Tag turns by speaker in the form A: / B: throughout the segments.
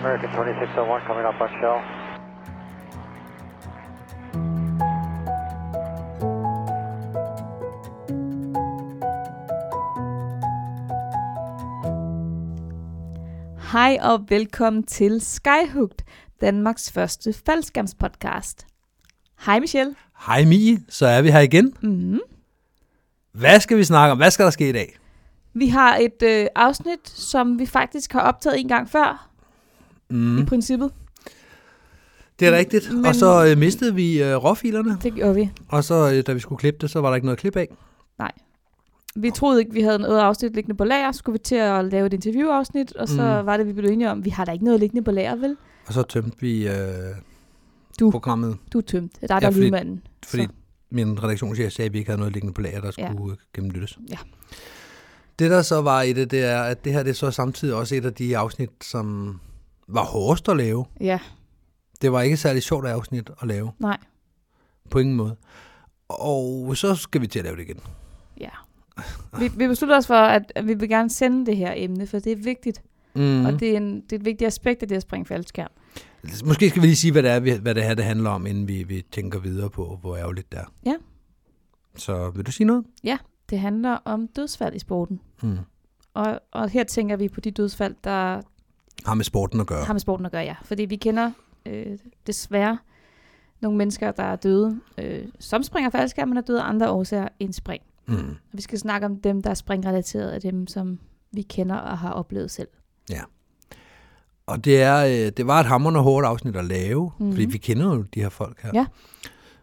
A: American 2601 coming up on shell.
B: Hej og velkommen til Skyhugt, Danmarks første podcast. Hej Michelle.
C: Hej Mie, så er vi her igen.
B: Mm-hmm.
C: Hvad skal vi snakke om? Hvad skal der ske i dag?
B: Vi har et øh, afsnit, som vi faktisk har optaget en gang før, mm. i
C: Mm,
B: princippet.
C: det er rigtigt.
B: Men-
C: Men... Og så øh, mistede vi øh, råfilerne,
B: Det gjorde vi.
C: og så øh, da vi skulle klippe det, så var der ikke noget klip af.
B: Vi troede ikke, vi havde noget afsnit liggende på lager. Skulle vi til at lave et interviewafsnit, og så
C: Mm.
B: var det, vi blev enige om, vi har da ikke noget liggende på lager, vel?
C: Og så tømte vi øh,
B: Du.
C: du. programmet,
B: Du er tømt. Det er dig,
C: Ja,
B: der er
C: fordi-
B: lydmanden.
C: fordi
B: Så.
C: så. min redaktionschef sagde, at vi ikke havde noget liggende på lager, der
B: Ja.
C: skulle ja. gennemlyttes.
B: Ja.
C: Det der så var i det, det er, at det her det er så samtidig også et af de afsnit, som var hårdest at lave.
B: Ja,
C: Det var ikke særlig sjovt afsnit at lave.
B: Nej.
C: På ingen måde. Og så skal vi til at lave det igen.
B: ja. Vi, vi besluttede os for, at at vi vil gerne sende det her emne, for det er vigtigt. Mm.
C: Mm.
B: Og det er, en, det er et vigtigt aspekt af det at springe faldskærm.
C: Måske skal vi lige sige, hvad det, er, vi- hvad det her det handler om, inden vi, vi tænker videre på, hvor ærgerligt det er.
B: Ja.
C: Så vil du sige noget?
B: Det handler om dødsfald i sporten.
C: Mm.
B: Og, og her tænker vi på de dødsfald, der
C: Har med sporten at gøre.
B: har med sporten at gøre, ja. Fordi vi kender øh, desværre nogle mennesker, der er døde, øh, som springer faldskærm, men er døde af andre årsager end spring.
C: Mm.
B: Og vi skal snakke om dem, der er springrelateret, og dem, som vi kender og har oplevet selv.
C: Og det, er, øh, det var et hammerende hårdt afsnit at lave,
B: Mhm.
C: mm. fordi vi kender jo de her folk her.
B: Ja.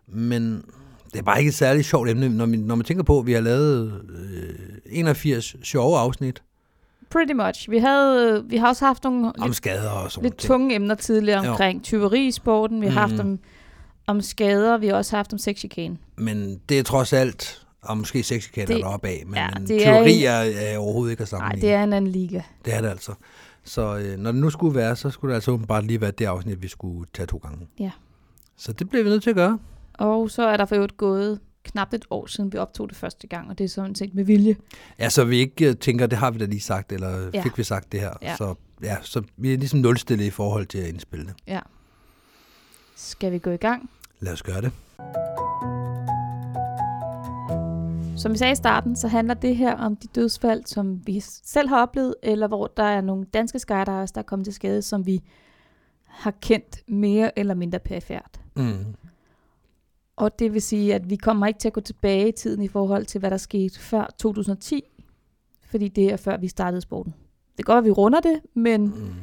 C: Men det er bare ikke et særligt sjovt emne, når man, når man tænker på, at vi har lavet øh, 81 sjove afsnit
B: Pretty much. Vi, havde, øh, vi har også haft nogle
C: om
B: lidt,
C: skader og sådan
B: lidt
C: noget.
B: tunge emner tidligere
C: Jo.
B: omkring tyveri i sporten. Vi har haft
C: Mhm.
B: om, om skader, vi har også haft om sexchikane.
C: Men det er trods alt, og måske sexchikaner
B: Det-
C: deroppe af, men,
B: ja,
C: ja, men
B: det er en-
C: teorier er, overhovedet ikke at
B: Nej,
C: sammenligne.
B: det er en anden liga.
C: Det er det altså. Så øh, når det nu skulle være, så skulle det altså åbenbart lige være det afsnit, vi skulle tage to gange.
B: Ja.
C: Så det bliver vi nødt til at gøre.
B: Og så er der for øvrigt gået knap et år siden, vi optog det første gang, og det er sådan set med vilje.
C: Ja, så vi ikke øh, tænker, det har vi da lige sagt, eller
B: Ja.
C: ja. fik vi sagt det her.
B: Ja.
C: Så, ja, så vi er ligesom nulstillet i forhold til at indspille det.
B: Skal vi gå i gang?
C: Lad os gøre det.
B: Som vi sagde i starten, så handler det her om de dødsfald, som vi selv har oplevet, eller hvor der er nogle danske skydivers, der er kommet til skade, som vi har kendt mere eller mindre perifært.
C: Mm.
B: Og det vil sige, at vi kommer ikke til at gå tilbage i tiden i forhold til, hvad der skete før 2010, fordi det er før vi startede sporten. Det går, at vi runder det, men,
C: Mm.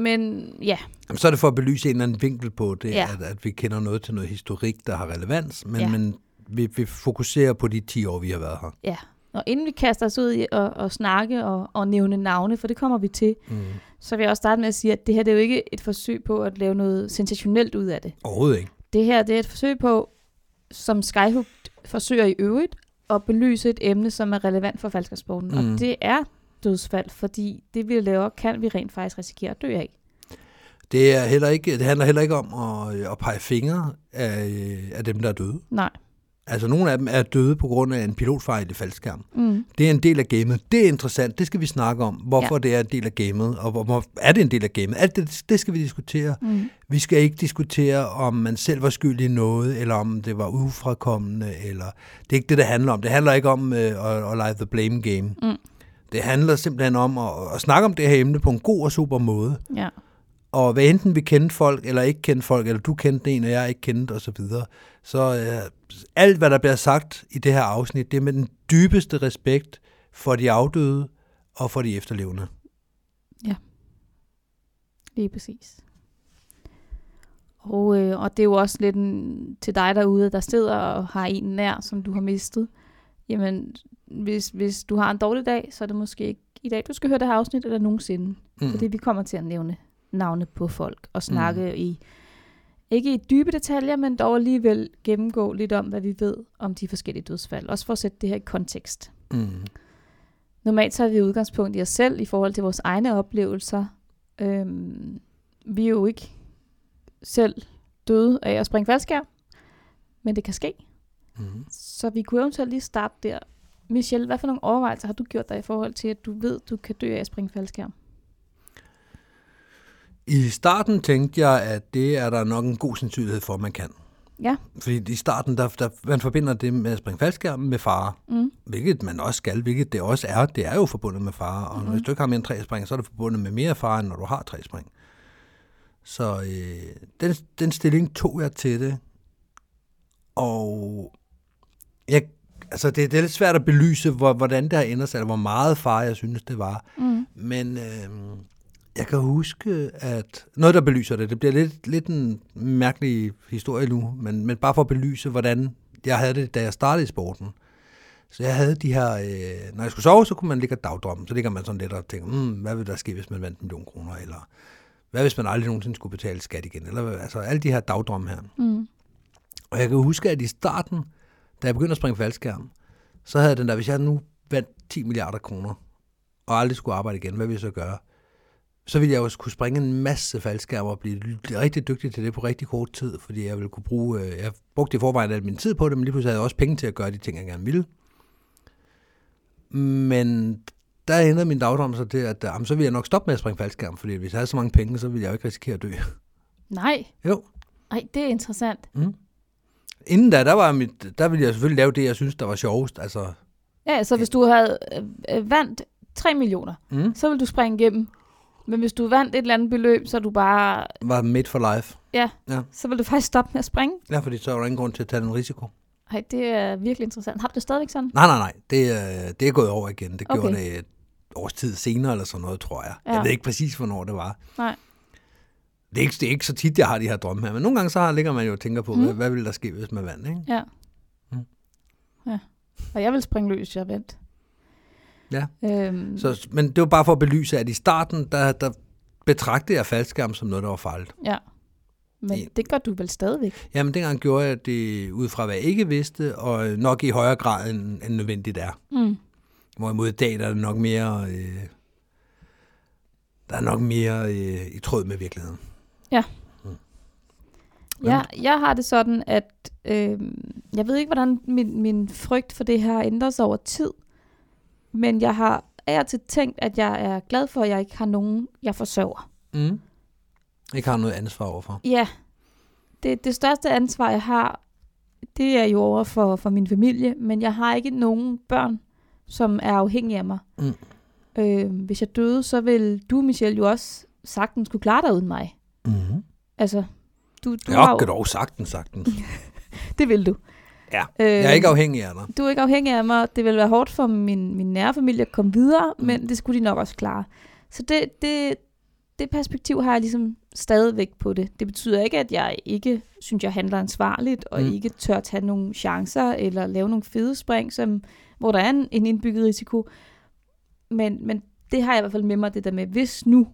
B: men ja,
C: Jamen, så er det for at belyse en eller anden vinkel på det,
B: Ja.
C: ja. at, at vi kender noget til noget historik, der har relevans, men,
B: Ja.
C: ja. men vi, vi fokuserer på de 10 år, vi har været her.
B: Og inden vi kaster os ud i at, at snakke og, og nævne navne, for det kommer vi til,
C: Mm.
B: så vil jeg også starte med at sige, at det her det er jo ikke et forsøg på at lave noget sensationelt ud af det.
C: Overhovedet ikke.
B: Det her det er et forsøg på, som Skyhook forsøger i øvrigt, at belyse et emne, som er relevant for falskersporten. Mm.
C: Mm.
B: Og det er dødsfald, fordi det vi laver, kan vi rent faktisk risikere at dø af.
C: Det, er heller ikke, det handler heller ikke om at, øh, at pege fingre af, øh, af dem, der er døde.
B: Nej.
C: Altså, nogle af dem er døde på grund af en pilotfejl i faldskærm.
B: Mm.
C: Det er en del af gamet. Det er interessant. Det skal vi snakke om. Hvorfor ja. det er en del af gamet, og hvor, hvor er det en del af gamet. Alt det, det skal vi diskutere.
B: Mm.
C: Vi skal ikke diskutere, om man selv var skyldig i noget, eller om det var ufrakommende. Eller... Det er ikke det, det handler om. Det handler ikke om øh, at, at lege the blame game.
B: Mm.
C: Det handler simpelthen om at, at snakke om det her emne på en god og super måde.
B: Ja.
C: Og hvad enten vi kendte folk, eller ikke kendte folk, eller du kendte en, og jeg ikke kendte osv., så, videre, så øh, alt, hvad der bliver sagt i det her afsnit, det er med den dybeste respekt for de afdøde og for de efterlevende.
B: Lige præcis. Og, øh, og det er jo også lidt en, til dig derude, der sidder og har en nær, som du har mistet. Jamen, hvis, hvis du har en dårlig dag, så er det måske ikke i dag, du skal høre det her afsnit, eller nogensinde. Mm.
C: Mm.
B: Fordi vi kommer til at nævne navne på folk og snakke mm. i, ikke i dybe detaljer, men dog alligevel gennemgå lidt om, hvad vi ved om de forskellige dødsfald. Også for at sætte det her i kontekst.
C: Mm.
B: Normalt tager vi udgangspunkt i os selv i forhold til vores egne oplevelser. Øhm, vi er jo ikke selv døde af at springe faldskærm, men det kan ske.
C: Mm.
B: Så vi kunne eventuelt lige starte der. Michelle, hvad for nogle overvejelser har du gjort dig i forhold til, at du ved, du kan dø af at springe faldskærm?
C: I starten tænkte jeg, at det er der nok en god sandsynlighed for, at man kan.
B: Ja,
C: Fordi i starten, der, der, man forbinder det med at springe faldskærmen med fare, mm. hvilket man også skal, hvilket det også er. Det er jo forbundet med fare, og mm. hvis du ikke har mere end tre spring, så er det forbundet med mere fare, end når du har tre spring. Så øh, den, den stilling tog jeg til det, og jeg, altså det, det er lidt svært at belyse, hvor, hvordan det har ændret sig, eller hvor meget far jeg synes, det var. Mm. Men øh, jeg kan huske, at noget, der belyser det, det bliver lidt, lidt en mærkelig historie nu, men, men bare for at belyse, hvordan jeg havde det, da jeg startede i sporten. Så jeg havde de her, øh, når jeg skulle sove, så kunne man ligge og dagdrømme. Så ligger man sådan lidt og tænker, mm, hvad vil der ske, hvis man vandt en million kroner, eller hvad hvis man aldrig nogensinde skulle betale skat igen, eller hvad- altså alle de her dagdrømme her.
B: Mm.
C: Og jeg kan huske, at i starten, da jeg begyndte at springe faldskærm, så havde jeg den der, hvis jeg nu vandt 10 milliarder kroner, og aldrig skulle arbejde igen, hvad ville jeg så gøre? Så ville jeg jo kunne springe en masse faldskærm og blive rigtig dygtig til det på rigtig kort tid, fordi jeg ville kunne bruge, øh, jeg brugte i forvejen al min tid på det, men lige pludselig havde jeg også penge til at gøre de ting, jeg gerne ville. Men der ændrede min dagdom så til, at øh, jamen, så ville jeg nok stoppe med at springe faldskærm, fordi hvis jeg havde så mange penge, så ville jeg jo ikke risikere at dø.
B: nej,
C: jo.
B: Ej, det er interessant.
C: Inden da, der, var mit, der ville jeg selvfølgelig lave det, jeg synes, der var sjovest. Altså,
B: Ja, så hvis du havde øh, øh, vandt 3 millioner, mm. så ville du springe igennem. Men hvis du vandt et eller andet beløb, så er du bare,
C: var made for life.
B: ja,
C: Ja.
B: så vil du faktisk stoppe med at springe.
C: Ja, fordi så var der ingen grund til at tage den risiko.
B: Ej, det er virkelig interessant. Har du det stadigvæk sådan?
C: Nej, nej, nej. Det, øh, det er gået over igen. Det okay.
B: Okay.
C: gjorde det et års tid senere eller sådan noget, tror jeg. Ja.
B: Ja.
C: Jeg ved ikke præcis, hvornår det var.
B: Nej.
C: Det er, ikke, det er ikke så tit, jeg har de her drømme her. Men nogle gange så har- ligger man jo og tænker på, mm. hvad, hvad ville der ske, hvis man vandt, ikke?
B: Ja. ja. Og jeg vil springe løs, hvis jeg vandt.
C: Ja.
B: Øhm,
C: Så, men det var bare for at belyse, at i starten, der, der betragtede jeg faldskærm som noget, der var farligt.
B: ja. Men
C: Ja.
B: det gør du vel stadigvæk?
C: Jamen, dengang gjorde jeg det ud fra, hvad jeg ikke vidste, og nok i højere grad, end, end nødvendigt er.
B: Mm.
C: Hvorimod i dag, der er det nok mere... Øh, der er nok mere øh, i tråd med virkeligheden.
B: Ja, jeg har det sådan, at øh, jeg ved ikke, hvordan min, min frygt for det her har ændret sig over tid, men jeg har af og til tænkt, at jeg er glad for, at jeg ikke har nogen, jeg forsørger.
C: Mm. Ikke har noget ansvar overfor.
B: Ja, det, det største ansvar, jeg har, det er jo over for, for min familie, men jeg har ikke nogen børn, som er afhængige af mig.
C: Mm.
B: Øh, hvis jeg døde, så vil du, Michelle, jo også sagtens kunne klare dig uden mig.
C: Mm-hmm.
B: Altså, du, du har
C: Jeg kan
B: jo,
C: dog sagtens, sagtens.
B: det vil du.
C: Ja.
B: Øh,
C: Jeg er ikke afhængig af dig.
B: du er ikke afhængig af mig, det ville være hårdt for min, min nære familie at komme videre, mm. men det skulle de nok også klare. Så det, det, det perspektiv har jeg ligesom stadigvæk på det. Det betyder ikke, at jeg ikke synes, jeg handler ansvarligt, og
C: Mm.
B: mm. ikke tør tage nogle chancer, eller lave nogle fede spring, som, hvor der er en, en indbygget risiko. Men, men det har jeg i hvert fald med mig, det der med, hvis nu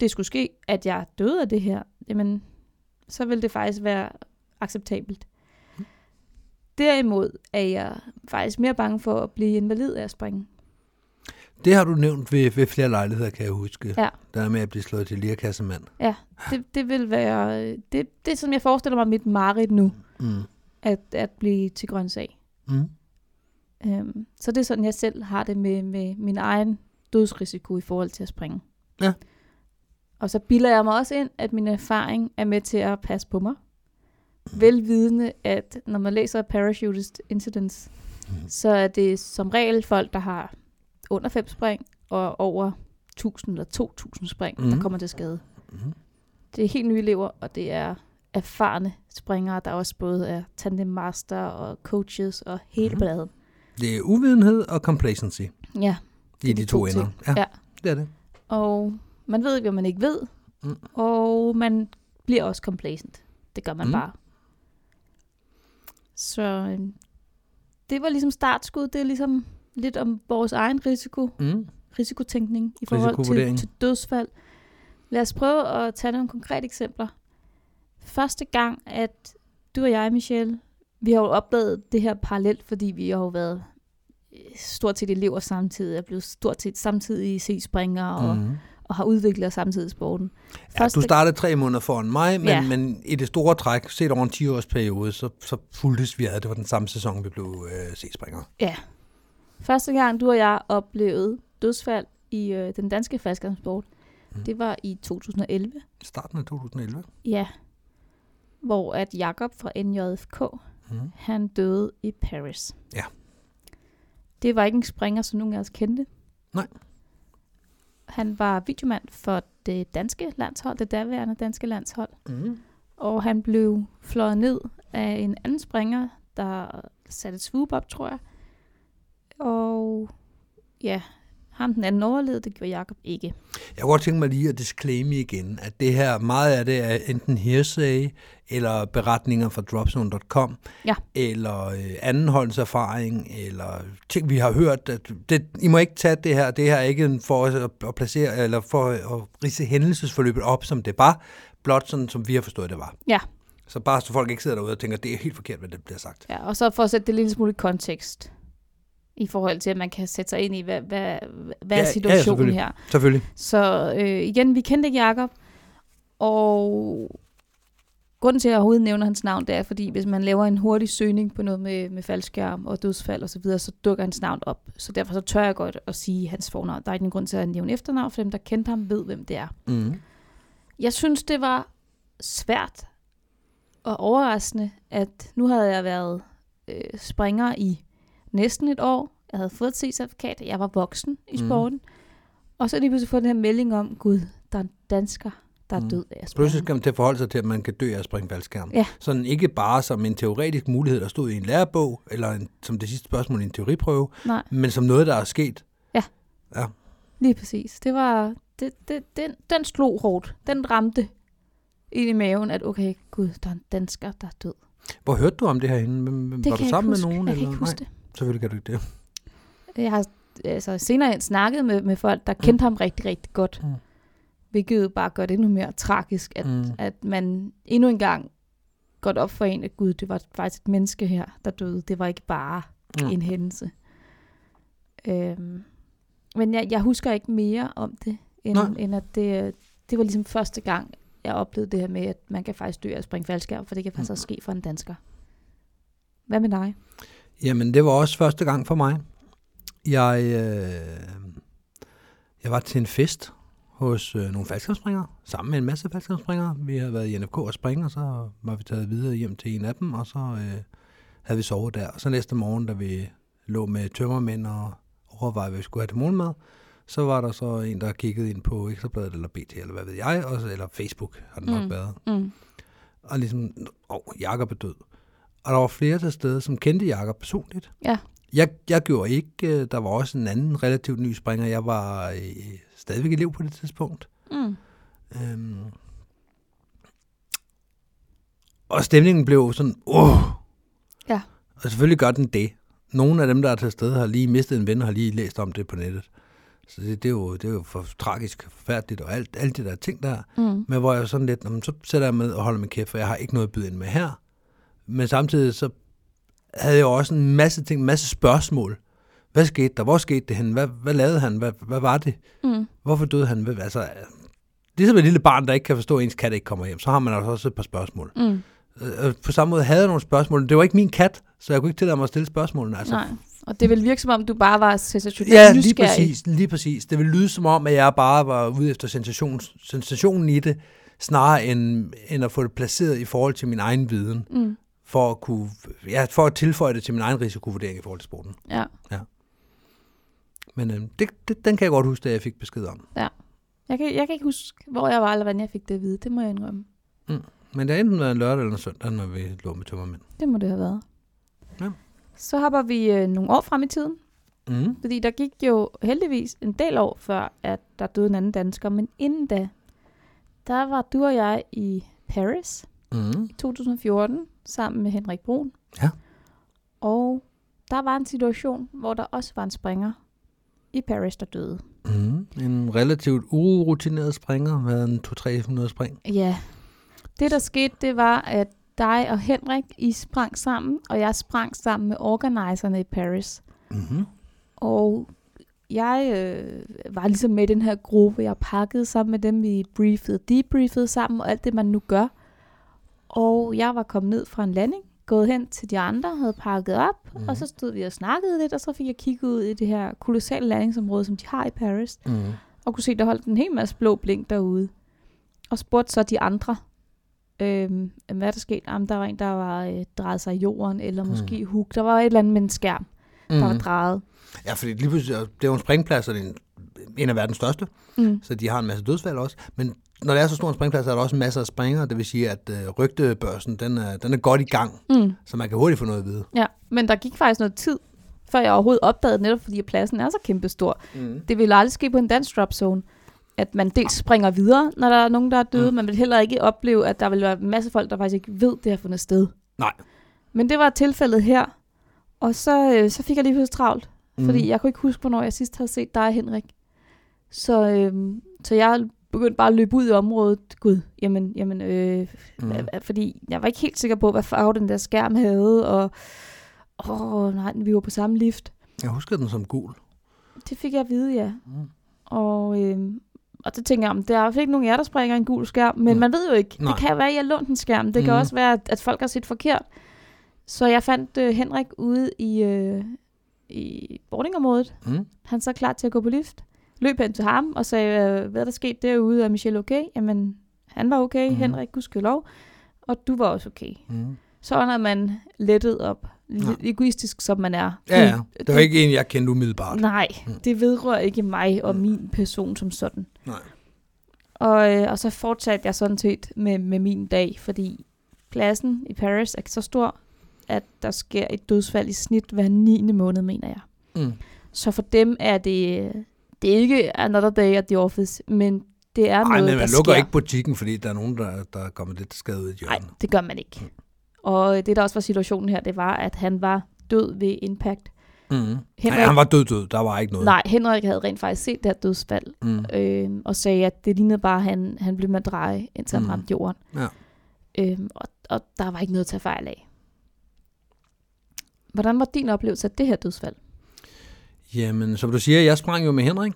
B: det skulle ske, at jeg døde af det her, jamen, så vil det faktisk være acceptabelt. Derimod er jeg faktisk mere bange for at blive invalid af at springe.
C: Det har du nævnt ved, ved flere lejligheder, kan jeg huske.
B: Ja.
C: Der er med at blive slået til lirakassemand.
B: Ja, det, det vil være... øh, Det, det er sådan, jeg forestiller mig mit mareridt nu,
C: Mm.
B: at, at blive til grøntsag.
C: Mm.
B: Øhm, så det er sådan, jeg selv har det med, med min egen dødsrisiko i forhold til at springe.
C: Ja.
B: Og så bilder jeg mig også ind, at min erfaring er med til at passe på mig. Velvidende, at når man læser parachutist incidents,
C: Mhm.
B: så er det som regel folk, der har under 5 spring og over 1000 eller 2000 spring, mm.
C: Mhm.
B: der kommer til skade.
C: Mhm.
B: Det er helt nye elever, og det er erfarne springere, der også både er tandemmaster og coaches og hele
C: Mhm.
B: mm. bladet.
C: Det er uvidenhed og complacency.
B: Ja,
C: Det er de to ender.
B: ting. Ja.
C: det er det.
B: og man ved ikke, hvad man ikke ved,
C: Mm.
B: mm. og man bliver også complacent. Det gør man
C: Mm.
B: mm. bare. Så øhm, det var ligesom startskud. Det er ligesom lidt om vores egen risiko,
C: Mm.
B: risikotænkning i forhold
C: Risikovurdering.
B: til, til dødsfald. Lad os prøve at tage nogle konkrete eksempler. Første gang, at du og jeg, Michelle, vi har jo opdaget det her parallelt, fordi vi har jo været øh, stort set elever samtidig, er blevet stort set samtidig C-springere og,
C: Mm.
B: og har udviklet os samtidig i sporten.
C: Ja, du startede tre måneder foran mig, men, ja.
B: Ja.
C: men i det store træk, set over en 10-årsperiode, så, så fuldtes vi ad. Det var den samme sæson, vi blev øh, C-springere.
B: ja. første gang, du og jeg oplevede dødsfald i øh, den danske faldskærmsport,
C: Mm.
B: Det var i 2011.
C: Starten af 2011.
B: Ja. Hvor at Jakob fra NJFK,
C: Mm.
B: han døde i Paris.
C: Ja.
B: Det var ikke en springer, som nogen af os kendte.
C: Nej.
B: Han var videomand for det danske landshold, det daværende danske landshold.
C: Mm.
B: Og han blev fløjet ned af en anden springer, der satte et swoop op, tror jeg. Og ja, ham den anden overlevede, det gjorde Jakob ikke.
C: Jeg kunne godt tænke mig lige at disclaime igen, at det her, meget af det er enten hearsay, eller beretninger fra dropzone.com,
B: Ja.
C: eller øh, andenhåndserfaring, eller ting, vi har hørt. At det, I må ikke tage det her, det her er ikke en for os at, at placere, eller for at rise hændelsesforløbet op, som det var, blot sådan, som vi har forstået, det var.
B: Ja.
C: Så bare så folk ikke sidder derude og tænker, det er helt forkert, hvad det bliver sagt.
B: Ja, og så for at sætte det lidt smule i kontekst, i forhold til, at man kan sætte sig ind i, hvad, hvad, hvad ja,
C: Ja,
B: er
C: ja,
B: situationen
C: selvfølgelig.
B: ja, her.
C: Selvfølgelig.
B: Så øh, igen, vi kendte ikke Jakob, og grunden til, at jeg overhovedet nævner hans navn, det er, fordi hvis man laver en hurtig søgning på noget med, med faldskærm og dødsfald osv., så, videre, så dukker hans navn op. Så derfor så tør jeg godt at sige hans fornavn. Der er ikke nogen grund til at nævne efternavn, for dem, der kendte ham, ved, hvem det er.
C: Mm.
B: Jeg synes, det var svært og overraskende, at nu havde jeg været øh, springer i næsten et år. Jeg havde fået et C-certifikat, jeg var voksen i
C: Mhm.
B: sporten. Mm. Og så lige pludselig få den her melding om, gud, der er en dansker, der er
C: Mhm.
B: død af at
C: Pludselig
B: springe."
C: skal man til at forholde sig til, at man kan dø af at springe faldskærm.
B: Ja.
C: Sådan ikke bare som en teoretisk mulighed, der stod i en lærebog, eller en, som det sidste spørgsmål i en teoriprøve,
B: Nej,
C: men som noget, der er sket.
B: lige præcis. Det var, det, det, den, den slog hårdt. Den ramte ind i maven, at okay, gud, der er en dansker, der er død.
C: Hvor hørte du om det her henne? Hvem- hvem-
B: Det
C: Var
B: kan
C: du
B: jeg
C: sammen
B: ikke huske.
C: med nogen?
B: Jeg kan
C: eller?
B: ikke huske det.
C: Nej, selvfølgelig kan du ikke det.
B: Jeg har altså, senere hen snakket med, med folk, der kendte ham rigtig, rigtig godt.
C: Mm.
B: Mm. Hvilket jo bare gør det endnu mere tragisk, at, mm.
C: Mm.
B: at man endnu en gang går det op for en, at gud, det var faktisk et menneske her, der døde. Det var ikke bare
C: Mm.
B: mm. en hændelse. Øhm, men jeg, jeg husker ikke mere om det, end,
C: Nej.
B: end at det, øh, det var ligesom første gang, jeg oplevede det her med, at man kan faktisk dø af at springe faldskærm, for det kan faktisk mm. også ske for en dansker. Hvad med dig?
C: Jamen, det var også første gang for mig. Jeg, øh, jeg var til en fest hos øh, nogle faldskabsspringere, sammen med en masse faldskabsspringere. Vi havde været i NFK og springe, og så var vi taget videre hjem til en af dem, og så øh, havde vi sovet der. Og så næste morgen, da vi lå med tømmermænd og overvejede, hvad vi skulle have til morgenmad, så var der så en, der kiggede ind på Ekstrabladet eller BT, eller hvad ved jeg, og, så- eller Facebook har det nok
B: Mm.
C: mm. været
B: Mm.
C: og ligesom, åh, Jakob er død. Og der var flere til stede, som kendte Jakob personligt.
B: Ja.
C: Jeg, jeg gjorde ikke, øh, der var også en anden relativt ny springer, jeg var øh, stadigvæk elev på det tidspunkt.
B: Mm.
C: Øhm. Og stemningen blev sådan, åh.
B: Ja.
C: Og selvfølgelig gør den det. Nogle af dem, der er til stede, har lige mistet en ven og har lige læst om det på nettet. Så det, det, er, jo, det er jo for tragisk, forfærdeligt og alt, alt det der ting der.
B: Mm.
C: Men hvor jeg var sådan lidt, "Nå, men så sætter jeg mig ned og holder min kæft, for jeg har ikke noget at byde ind med her. Men samtidig så havde jeg jo også en masse ting, en masse spørgsmål. Hvad skete der? Hvor skete det henne? Hvad, hvad lavede han? Hvad, hvad var det?
B: Mm.
C: Hvorfor døde han? Hvad- Altså, ligesom et lille barn, der ikke kan forstå, at ens kat ikke kommer hjem, så har man altså også et par spørgsmål.
B: Mm.
C: Øh, øh, På samme måde havde jeg nogle spørgsmål. Det var ikke min kat, så jeg kunne ikke tillade mig at stille spørgsmålene. Altså,
B: Altså, Nej, og det vil virke som om, du bare var sensationelt
C: Ja, lige
B: nysgerrig.
C: præcis, lige præcis. Det ville lyde som om, at jeg bare var ude efter sensation, sensationen i det, snarere end, end at få det placeret i forhold til min egen viden,
B: Mm,
C: for at, kunne, ja, for at tilføje det til min egen risikovurdering i forhold til sporten.
B: ja.
C: Men øh, det, det, den kan jeg godt huske, at jeg fik besked om.
B: jeg, kan, jeg kan ikke huske, hvor jeg var, eller hvordan jeg fik det at vide. Det må jeg indrømme.
C: Men det har enten været en lørdag eller en søndag, når vi lå med tømmermænd.
B: Det må det have været.
C: Ja.
B: Så hopper vi øh, nogle år frem i tiden,
C: Mm.
B: fordi der gik jo heldigvis en del år før, at der døde en anden dansker. Men inden da, der var du og jeg i Paris
C: Mm.
B: i 2014 sammen med Henrik Brun.
C: Ja.
B: Og der var en situation, hvor der også var en springer i Paris, der døde.
C: Mm. En relativt urutineret springer med en 200-300 spring.
B: Ja. Det, der skete, det var, at dig og Henrik, I sprang sammen, og jeg sprang sammen med organiserne i Paris.
C: Mm-hmm.
B: Og jeg øh, var ligesom med i den her gruppe, jeg pakkede sammen med dem, vi briefede, debriefede sammen, og alt det, man nu gør. Og jeg var kommet ned fra en landing, gået hen til de andre, havde pakket op, mm. og så stod vi og snakkede lidt, og så fik jeg kigget ud i det her kolossale landingsområde, som de har i Paris.
C: Mm.
B: og kunne se, der holdt en hel masse blå blink derude. Og spurgte så de andre, øhm, hvad er der skete. Jamen, der var en, der var øh, drejet sig i jorden, eller måske mm. huk. Der var et eller andet med en skærm, der mm. var drejet.
C: Ja, fordi lige pludselig, det er jo en springplads, og det er en, en af verdens største,
B: Mm.
C: så de har en masse dødsfald også. Men når det er så stor en springplads, er der også masser af springere, det vil sige, at øh, rygtebørsen, den er, den er godt i gang,
B: Mm.
C: så man kan hurtigt få noget at vide.
B: Ja, men der gik faktisk noget tid, før jeg overhovedet opdagede, netop fordi at pladsen er så kæmpestor. Mm. Det ville aldrig ske på en dansk drop zone, at man dels springer videre, når der er nogen, der er døde, mm. man vil heller ikke opleve, at der vil være en masse folk, der faktisk ikke ved, det har fundet sted.
C: Nej.
B: Men det var tilfældet her, og så, øh, så fik jeg lige pludselig travlt, mm. fordi jeg kunne ikke huske, hvornår jeg sidst havde set dig, Henrik. Så, øh, så jeg begyndte bare at løbe ud i området. Gud, jamen, jamen øh,
C: Mm.
B: Mm. Fordi jeg var ikke helt sikker på, hvad farve den der skærm havde, og åh nej, vi var på samme lift.
C: Jeg husker den som gul.
B: Det fik jeg at vide, ja.
C: Mm.
B: Og, øh, og så tænker jeg, "Men der er i hvert fald ikke nogen af jer, der springer en gul skærm, men
C: Mm.
B: mm. man ved jo ikke.
C: Nej.
B: Det kan jo være, at jeg lånte en skærm. Det mm. kan
C: Mm.
B: også være, at, at folk har set forkert. Så jeg fandt øh, Henrik ude i, øh, i boardingområdet.
C: Mm.
B: Han så klar til at gå på lift. Løb hen til ham og sagde, øh, hvad er der skete derude? Er Michelle okay? Jamen, han var okay,
C: Mhm.
B: mm. Henrik, gudskelov. Og du var også okay.
C: Mm.
B: Så er man lettet op. Lidt
C: Ja.
B: egoistisk som man er.
C: Ja, ja. Det var
B: det-
C: ikke en, jeg kendte umiddelbart.
B: Nej,
C: Mm.
B: det vedrører ikke mig og
C: Mm.
B: min person som sådan.
C: Nej.
B: Og, øh, og så fortsatte jeg sådan set med, med min dag, fordi pladsen i Paris er så stor, at der sker et dødsfald i snit hver 9. måned, mener jeg.
C: Mm.
B: Så for dem er det, det er ikke another day at the office, men det er
C: Ej,
B: noget,
C: men man
B: der
C: lukker
B: sker.
C: ikke butikken, fordi der er nogen, der, der er kommet lidt til skade ud i
B: Nej,
C: hjørnet.
B: det gør man ikke. Og øh, det, der også var situationen her, det var, at han var død ved impact.
C: Mm.
B: Henrik-
C: Ja, han var død død, der var ikke noget.
B: Nej, Henrik havde rent faktisk set det her dødsfald,
C: Mm.
B: øh, og sagde, at det lignede bare, at han, han blev med at dreje, indtil
C: Mm.
B: han ramte jorden.
C: Ja.
B: Øh, og, og der var ikke noget at tage fejl af. Hvordan var din oplevelse af det her dødsfald?
C: Jamen, som du siger, jeg sprang jo med Henrik.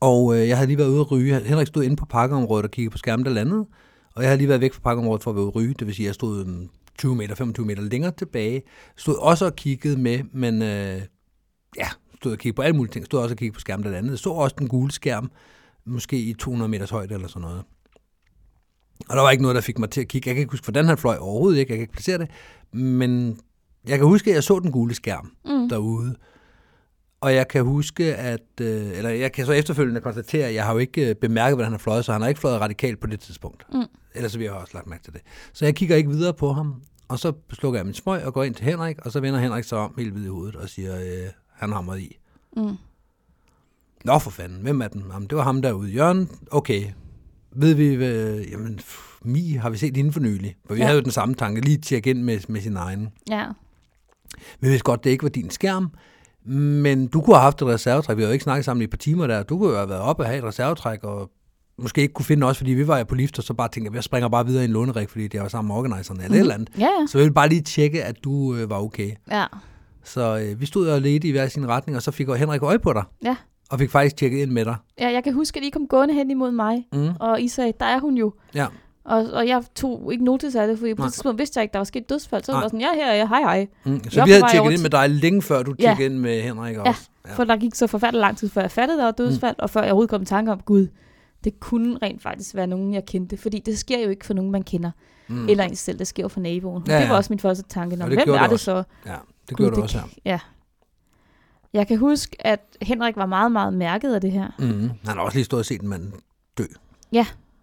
C: Og øh, jeg havde lige været ude at ryge. Henrik stod inde på pakkeområdet og kiggede på skærmen, der landede. Og jeg havde lige været væk fra pakkeområdet for at være ude at ryge. Det vil sige, at jeg stod øhm, 20 meter, 25 meter længere tilbage. Stod også og kiggede med, men øh, ja, stod og kiggede på alle mulige ting. Stod også og kiggede på skærmen, der landede. Så også den gule skærm, måske i 200 meters højde eller sådan noget. Og der var ikke noget, der fik mig til at kigge. Jeg kan ikke huske, hvordan han fløj overhovedet ikke. Jeg kan ikke placere det. Men jeg kan huske, at jeg så den gule skærm
B: Mm.
C: derude. Og jeg kan huske, at... Øh, eller jeg kan så efterfølgende konstatere, at jeg har jo ikke øh, bemærket, hvordan han har fløjet, så han har ikke fløjet radikalt på det tidspunkt.
B: Mm.
C: Ellers ville jeg også lagt mærke til det. Så jeg kigger ikke videre på ham, og så slukker jeg min smøg og går ind til Henrik, og så vender Henrik sig om helt hvid i hovedet og siger, øh, han hammer i.
B: Mm.
C: Nå for fanden, hvem er den? Jamen, det var ham derude i hjørnet. Okay. Ved vi, øh, jamen, pff, Mi har vi set inden for nylig. For vi ja.
B: Ja.
C: havde jo den samme tanke, lige tjekke ind med, med sin egen.
B: Ja.
C: Vi vidste godt, det ikke var din skærm, men du kunne have haft et reservetræk. Vi har jo ikke snakket sammen i et par timer der. Du kunne jo have været oppe og have et reservetræk, og måske ikke kunne finde os, fordi vi var jo på lift, og så bare tænkte, jeg, jeg springer bare videre i en lånerik, fordi det var sammen med organiseren eller mm. et eller andet.
B: Ja, ja.
C: Så vi ville bare lige tjekke, at du øh, var okay.
B: ja.
C: Så øh, vi stod og ledte i hver sin retning, og så fik Henrik øje på dig,
B: Ja.
C: og fik faktisk tjekket ind med dig.
B: Ja, jeg kan huske, at I kom gående hen imod mig,
C: Mm.
B: og I sagde, der er hun jo.
C: Ja. Mm.
B: Og, og jeg tog ikke notis af det, fordi på
C: Nej.
B: det tidspunkt vidste jeg ikke, der var sket dødsfald. Så var
C: Nej.
B: jeg bare sådan, ja, her er jeg, hej, hej.
C: Mm. Så
B: Jeg
C: vi
B: var
C: havde
B: på vej
C: tjekket
B: over
C: ind med dig længe før du
B: Ja.
C: tjekkede ind med Henrik
B: Ja,
C: også.
B: For der gik så forfærdelig lang tid, før jeg fattede, der var dødsfald, mm. og før jeg overhovedet kom i tanke om, gud, det kunne rent faktisk være nogen, jeg kendte. Fordi det sker jo ikke for nogen, man kender.
C: Mm.
B: Mm. Eller en selv, det sker jo for naboen.
C: Ja,
B: Ja,
C: ja.
B: Det var også min første tanke. Nå,
C: Og det
B: hvem
C: gjorde
B: er
C: det
B: det
C: også.
B: så?
C: Ja, det gjorde
B: Gud,
C: du også her.
B: Ja. Jeg kan huske, at Henrik var meget, meget mærket af det her.
C: Mm. Han har også lige stået og set en mand.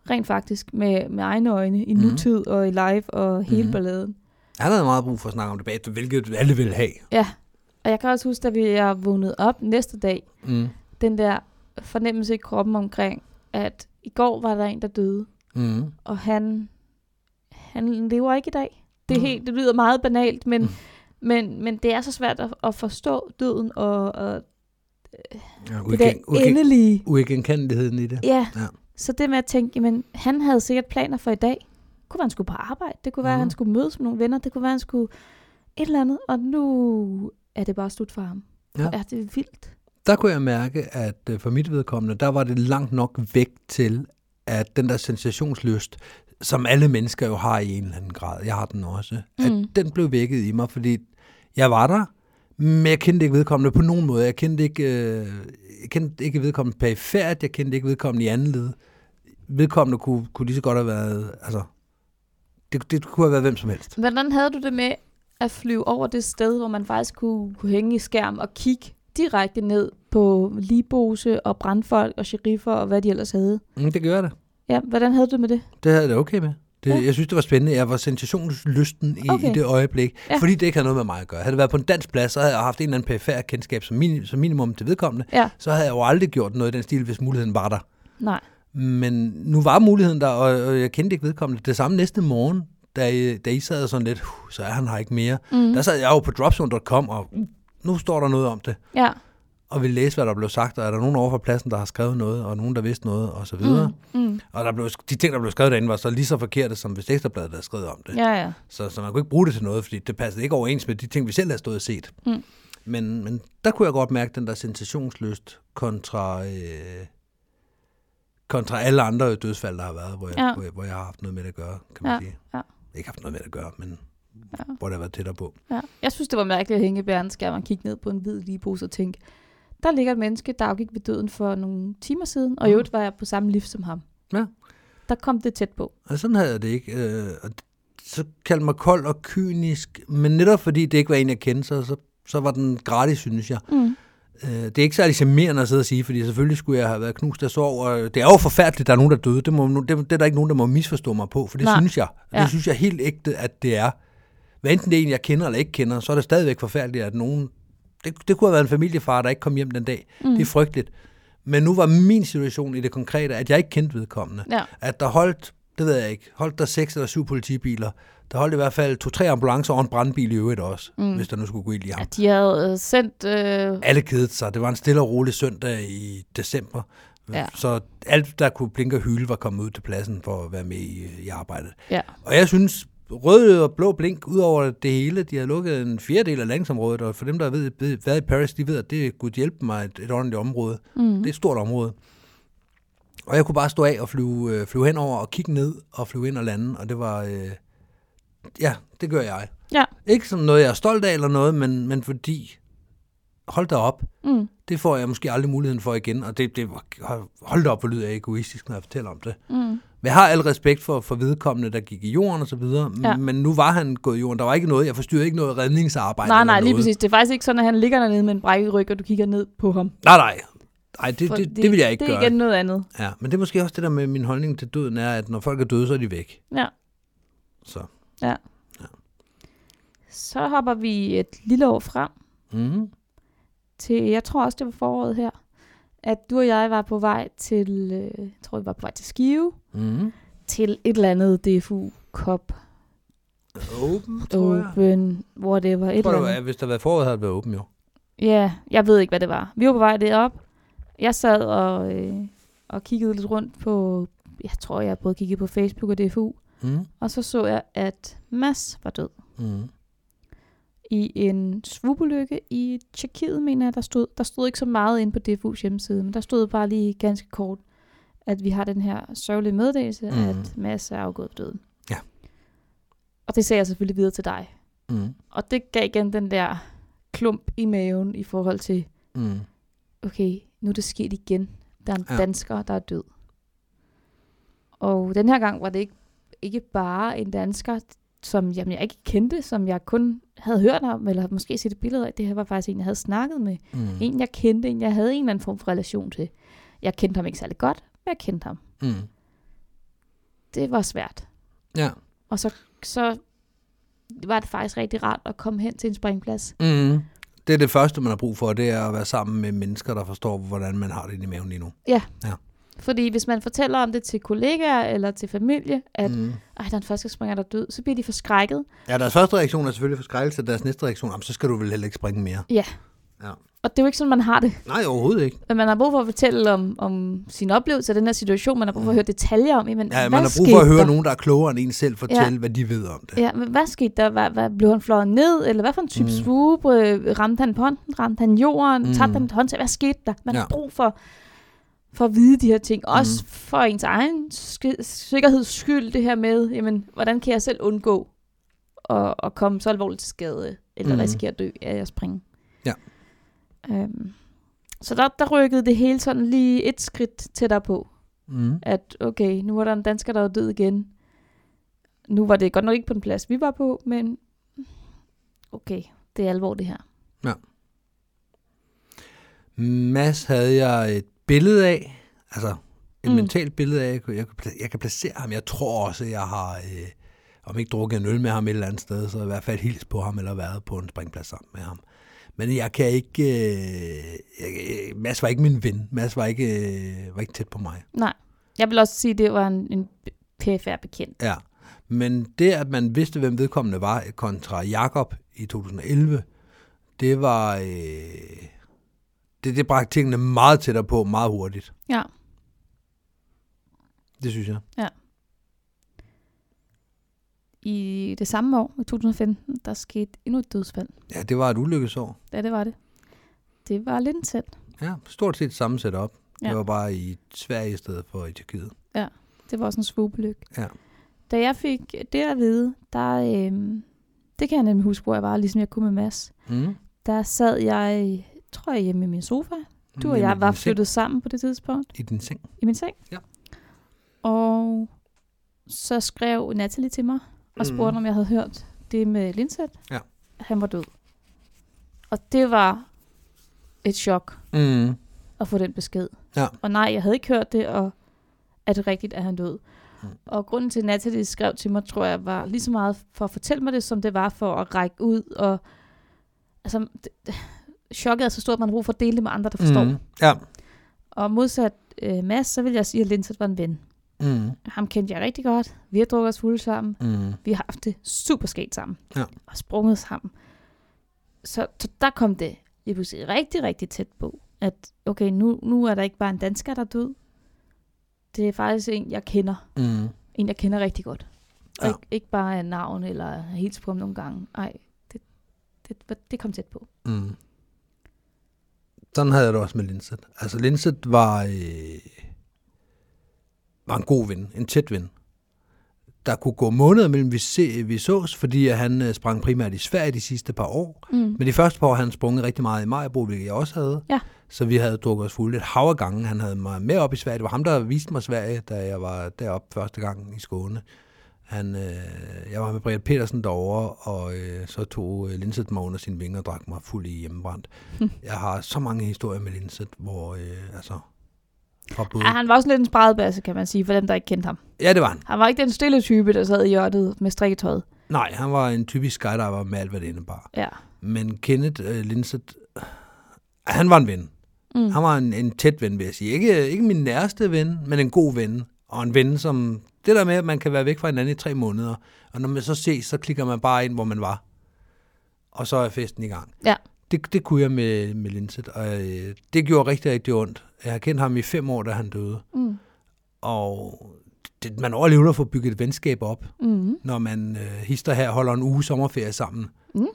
B: Rent faktisk, med, med egne øjne, i
C: Mhm.
B: nutid og i live og hele
C: Mhm.
B: mm. balladen.
C: Han havde meget brug for at snakke om det bagefter, hvilket alle ville have.
B: Ja, og jeg kan også huske, at vi er vågnet op næste dag,
C: Mm.
B: den der fornemmelse i kroppen omkring, at i går var der en, der døde.
C: Mm.
B: og han, han lever ikke i dag. Det, er
C: Mm.
B: helt, det lyder meget banalt, men,
C: Mm.
B: mm. men, men det er så svært at, at forstå døden og, og
C: Ja,
B: det der
C: uigen, uigen,
B: endelige.
C: uigenkendeligheden i det.
B: Ja.
C: Ja.
B: ja, så det med at tænke, jamen han havde sikkert planer for i dag. Det kunne være, han skulle på arbejde, det kunne være,
C: Mhm.
B: mm. han skulle mødes med nogle venner, det kunne være, han skulle et eller andet, og nu er det bare slut for ham.
C: Ja.
B: Ja. Er det vildt?
C: Der kunne jeg mærke, at øh, for mit vedkommende, der var det langt nok væk til, at den der sensationslyst, som alle mennesker jo har i en eller anden grad, jeg har den også, at
B: Mm.
C: den blev vækket i mig, fordi jeg var der, Men jeg kendte ikke vedkommende på nogen måde. Jeg kendte ikke, øh, jeg kendte ikke vedkommende perifært, jeg kendte ikke vedkommende i anden led. Vedkommende kunne, kunne lige så godt have været, altså, det, det kunne have været hvem som helst.
B: Hvordan havde du det med at flyve over det sted, hvor man faktisk kunne, kunne hænge i skærm og kigge direkte ned på libose og brandfolk og sheriffer og hvad de ellers havde?
C: Mm, det gør det.
B: Ja, hvordan havde du det med det?
C: Det havde jeg det okay med. Det,
B: Ja.
C: ja. Jeg synes, det var spændende. Jeg var sensationslysten i, okay.
B: Okay.
C: i det øjeblik,
B: Ja.
C: ja. fordi det ikke havde noget med mig at gøre. Havde det været på en dansk plads, så havde jeg haft en eller anden perifær kendskab som, min, som minimum til vedkommende.
B: Ja.
C: Så havde jeg jo aldrig gjort noget i den stil, hvis muligheden var der.
B: Nej.
C: Men nu var muligheden der, og, og jeg kendte ikke vedkommende. Det samme næste morgen, da I, da I sad sådan lidt, "Huh, så er han her ikke mere. Mm. Der sad jeg jo på dropzone.com, og uh, nu står der noget om det.
B: Ja.
C: Og ville læse, hvad der blev sagt, og er der nogen over for pladsen, der har skrevet noget, og nogen, der vidste noget, og så videre. Mm. Mm. Og der blev, de ting, der blev skrevet derinde, var så lige så forkerte, som hvis Ekstrabladet havde skrevet om det.
B: Ja, ja.
C: Så, så man kunne ikke bruge det til noget, fordi det passede ikke overens med de ting, vi selv havde stået og set.
B: Mm.
C: Men, men der kunne jeg godt mærke den der sensationsløst kontra, øh, kontra alle andre dødsfald, der har været, hvor jeg,
B: Ja.
C: ja. hvor, jeg, hvor jeg har haft noget med det at gøre, kan man
B: Ja,
C: sige.
B: ja.
C: Ikke haft noget med det at gøre, men
B: Ja.
C: ja. hvor det har været tættere på.
B: Ja. Jeg synes, det var mærkeligt at hænge i bærenskærmen og kigge ned på en hvid ligepose og tænke, der ligger et menneske, der afgik ved døden for nogle timer siden, og i
C: Mhm.
B: øvrigt var jeg på samme lift som ham.
C: Ja.
B: Der kom det tæt på.
C: Og sådan havde jeg det ikke. Øh, og så kaldte mig kold og kynisk, men netop fordi det ikke var en, jeg kendte, så, så, så var den gratis, synes jeg.
B: Mm.
C: Øh, det er ikke særlig charmerende at sidde og sige, fordi selvfølgelig skulle jeg have været knust af sorg, og det er jo forfærdeligt, der er nogen, der er døde. Det, må, det, det er der ikke nogen, der må misforstå mig på, for det
B: Nej.
C: Nej. synes jeg. Det
B: Ja.
C: synes jeg helt ægte, at det er. Hvad enten det er en, jeg kender eller ikke kender, så er det stadigvæk forfærdeligt, at nogen... Det, det kunne have været en familiefar, der ikke kom hjem den dag. Mm. Det er frygteligt. Men nu var min situation i det konkrete, at jeg ikke kendte vedkommende.
B: Ja.
C: At der holdt, det ved jeg ikke, holdt der seks eller syv politibiler. Der holdt i hvert fald to-tre ambulancer og en brandbil i øvrigt også, mm. hvis der nu skulle gå ild i ham.
B: ja. De havde øh, sendt... Øh,
C: Alle kedede sig. Det var en stille og rolig søndag i december.
B: Ja.
C: Ja. Så alt, der kunne blinke og hylde, var kommet ud til pladsen for at være med i, i arbejdet.
B: ja.
C: Og jeg synes, rød og blå blink ud over det hele, de har lukket en fjerdedel af landsområdet, og for dem, der ved, ved været i Paris, de ved, at det kunne hjælpe mig et, et ordentligt område. Mm. Det er et stort område. Og jeg kunne bare stå af og flyve, øh, flyve henover og kigge ned og flyve ind og lande, og det var... Øh, ja, det gør jeg.
B: ja.
C: Ikke som noget, jeg er stolt af eller noget, men, men fordi, hold da op,
B: Mm.
C: det får jeg måske aldrig muligheden for igen, og det, det var- hold da op, hvor lyder jeg egoistisk, når jeg fortæller om det. Mm. Men jeg har al respekt for, for vedkommende, der gik i jorden og så videre,
B: Ja.
C: ja. men nu var han gået i jorden. Der var ikke noget, jeg forstyrrede ikke noget redningsarbejde.
B: Nej,
C: eller
B: nej, lige
C: noget.
B: præcis. Det er faktisk ikke sådan, at han ligger dernede med en brækket ryg, og du kigger ned på ham.
C: Nej, nej. Ej, det,
B: For
C: det, det, vil jeg ikke
B: det er
C: gøre.
B: igen noget andet.
C: Ja, men det er måske også det der med min holdning til døden, er, at når folk er døde, så er de væk.
B: Ja.
C: Så.
B: Så hopper vi et lille år frem
C: Mm.
B: til, jeg tror også, det var foråret her, at du og jeg var på vej til, øh, jeg tror, vi var på vej til Skive,
C: Mm.
B: til et eller andet DFU Cup,
C: Åben, tror jeg.
B: Open, whatever, et
C: Jeg tror,
B: eller
C: det var,
B: andet.
C: hvis der havde været forud, havde det været åben, jo.
B: Ja, jeg ved ikke, hvad det var. Vi var på vej derop. Jeg sad og, øh, og kiggede lidt rundt på, jeg tror, jeg både kiggede på Facebook og DFU,
C: Mm.
B: og så så jeg, at Mads var død
C: Mm.
B: i en svubulykke i Tjekkiet, mener jeg, der stod. Der stod ikke så meget inde på DFU's hjemmeside, men der stod bare lige ganske kort, at vi har den her sørgelige meddelelse, mm.
C: Mhm.
B: at Mads er afgået ved døden.
C: Ja.
B: Og det sagde jeg selvfølgelig videre til dig.
C: Mm.
B: Og det gav igen den der klump i maven i forhold til,
C: Mm.
B: okay, nu er det sket igen. Der er en ja.
C: Ja.
B: dansker, der er død. Og den her gang var det ikke, ikke bare en dansker, som jamen, jeg ikke kendte, som jeg kun havde hørt om, eller måske set et billede af. Det her var faktisk en, jeg havde snakket med.
C: Mm.
B: En, jeg kendte, en, jeg havde en eller anden form for relation til. Jeg kendte ham ikke særlig godt, men jeg kendte ham.
C: Mm.
B: Det var svært.
C: Ja.
B: Og så, så var det faktisk rigtig rart at komme hen til en springplads.
C: Mm. Det er det første, man har brug for, det er at være sammen med mennesker, der forstår, hvordan man har det inde i maven lige nu.
B: Fordi hvis man fortæller om det til kollegaer eller til familie, at
C: Mm.
B: ej, der er en førstespringer, der er død, så bliver de forskrækket.
C: Ja, deres første reaktion er selvfølgelig forskrækkelse, og deres næste reaktion, jamen, så skal du vel heller ikke springe mere.
B: Ja.
C: Ja.
B: Og det er jo ikke sådan, man har det.
C: Nej, overhovedet ikke.
B: Men man har brug for at fortælle om, om sin oplevelse af den her situation. Man har brug for at høre detaljer om, jamen,
C: Ja,
B: hvad
C: man har brug for at
B: skete
C: høre
B: der?
C: nogen, der er klogere end en selv, fortælle, ja. hvad de ved om det.
B: Ja, men hvad skete der? Hvad, hvad blev han flået ned? Eller hvad for en type mm.
C: Mm.
B: swoop? Øh, Ramte han hånden? Ramte han jorden? Mm.
C: Mm.
B: Tabte han et håndtag? Hvad skete der? Man ja. har
C: Ja.
B: brug for, for at vide de her ting. Også mm. for ens egen sk- sikkerheds skyld, det her med, jamen, hvordan kan jeg selv undgå at, at komme så alvorligt til skade, eller mm.
C: Mm.
B: risikere at dø af at springe?
C: Ja.
B: Øhm, så der, der rykkede det hele sådan lige et skridt tættere på,
C: Mm.
B: at okay, nu var der en dansker, der var død igen. Nu var det godt nok ikke på den plads, vi var på, men okay, det er alvor det her.
C: Mads havde jeg et billede af, altså et
B: Mm.
C: mm. mentalt billede af, jeg, kunne- jeg, kunne pla- jeg kan placere ham. Jeg tror også, jeg har, øh, om ikke drukket en øl med ham et eller andet sted, så i hvert fald hils på ham, eller været på en springplads sammen med ham. Men jeg kan ikke, øh, jeg, Mads var ikke min ven. Mads var ikke, øh, var ikke tæt på mig.
B: Nej, jeg vil også sige, at det var en, en PFR bekendt.
C: Ja. Men det, at man vidste, hvem vedkommende var, kontra Jakob i 2011, det var... Øh, det, det bragte tingene meget tættere på, meget hurtigt.
B: Ja.
C: Det synes jeg.
B: I det samme år, i 2015, der skete endnu et dødsfald.
C: Ja, det var et ulykkesår.
B: Ja, det var det. Det var lidt tæt.
C: Ja, stort set samme setup. Ja.
B: Ja.
C: Det var bare i Sverige i stedet for i Tyrkiet.
B: Det var også en svogelykke.
C: Ja.
B: Da jeg fik det at vide, der, øhm, det kan jeg nemlig huske, hvor jeg var, ligesom jeg kunne med Mads.
C: Mm.
B: Der sad jeg, tror jeg, hjemme i min sofa. Du og jeg var flyttet sammen på det tidspunkt
C: I din seng.
B: i min seng.
C: Ja.
B: Og så skrev Natalie til mig og spurgte, mm.
C: Mhm.
B: om jeg havde hørt det med Lindsæt.
C: Ja.
B: Han var død. Og det var et chok
C: Mm.
B: at få den besked.
C: Ja.
B: Og nej, jeg havde ikke hørt det, og er det rigtigt, at han død?
C: Mm.
B: Og grunden til, at Natalie skrev til mig, tror jeg, var lige så meget for at fortælle mig det, som det var for at række ud. Og, altså, det, det- chokket er så stort, at man har brug for at dele det med andre, der forstår. Mm.
C: Mm. Ja.
B: Og modsat øh, Mads, så vil jeg sige, at Lindsat var en ven.
C: Mm.
B: Ham kendte jeg rigtig godt. Vi har drukket os fulde sammen.
C: Mm.
B: Vi har haft det super sket sammen.
C: Ja.
B: Og sprunget sammen. Så, så der kom det lige pludselig rigtig, rigtig tæt på, at okay, nu, nu er der ikke bare en dansker, der er død. Det er faktisk en, jeg kender.
C: Mm.
B: En, jeg kender rigtig godt. Og
C: Ja.
B: ikke, ikke bare af navn eller helt på ham nogle gange. Nej, det, det, var- det kom tæt på.
C: Mm. Sådan havde jeg det også med Linset. Altså Linset var, øh, var en god ven, en tæt ven. Der kunne gå måneder mellem, vi, se, vi sås, fordi at han øh, sprang primært i Sverige de sidste par år.
B: Mm.
C: Men de første par år, han sprunget rigtig meget i Majbo, hvilket jeg også havde.
B: Ja.
C: Så vi havde drukket os fulde et hav af gange. Han havde mig med op i Sverige. Det var ham, der viste mig Sverige, da jeg var deroppe første gang i Skåne. Han, øh, jeg var med Brian Petersen derovre, og øh, så tog øh, Linset mig under sine vinger og drak mig fuld i hjemmebrændt. jeg har så mange historier med Linset, hvor øh, altså... Fra både...
B: Ja, han var også lidt en spredbasse, kan man sige, for dem, der ikke kendte ham.
C: Ja, det var han.
B: Han var ikke den stille type, der sad i hjørnet med strikketøjet.
C: Nej, han var en typisk skydiver med alt, hvad det indebar.
B: Ja.
C: Men Kenneth øh, Linset, han var en ven.
B: Mm.
C: Han var en, en tæt ven, vil jeg sige. Ikke, ikke min næreste ven, men en god ven. Og en ven, som... Det der med, at man kan være væk fra hinanden i tre måneder, og når man så ses, så klikker man bare ind, hvor man var. Og så er festen i gang.
B: Ja.
C: Det, det kunne jeg med, med Linset, og øh, det gjorde rigtig, rigtig ondt. Jeg har kendt ham i fem år, da han døde.
B: Mm.
C: Og det, man overlever at få bygget et venskab op,
B: Mm.
C: når man øh, hister her holder en uge sommerferie sammen.
B: Mm.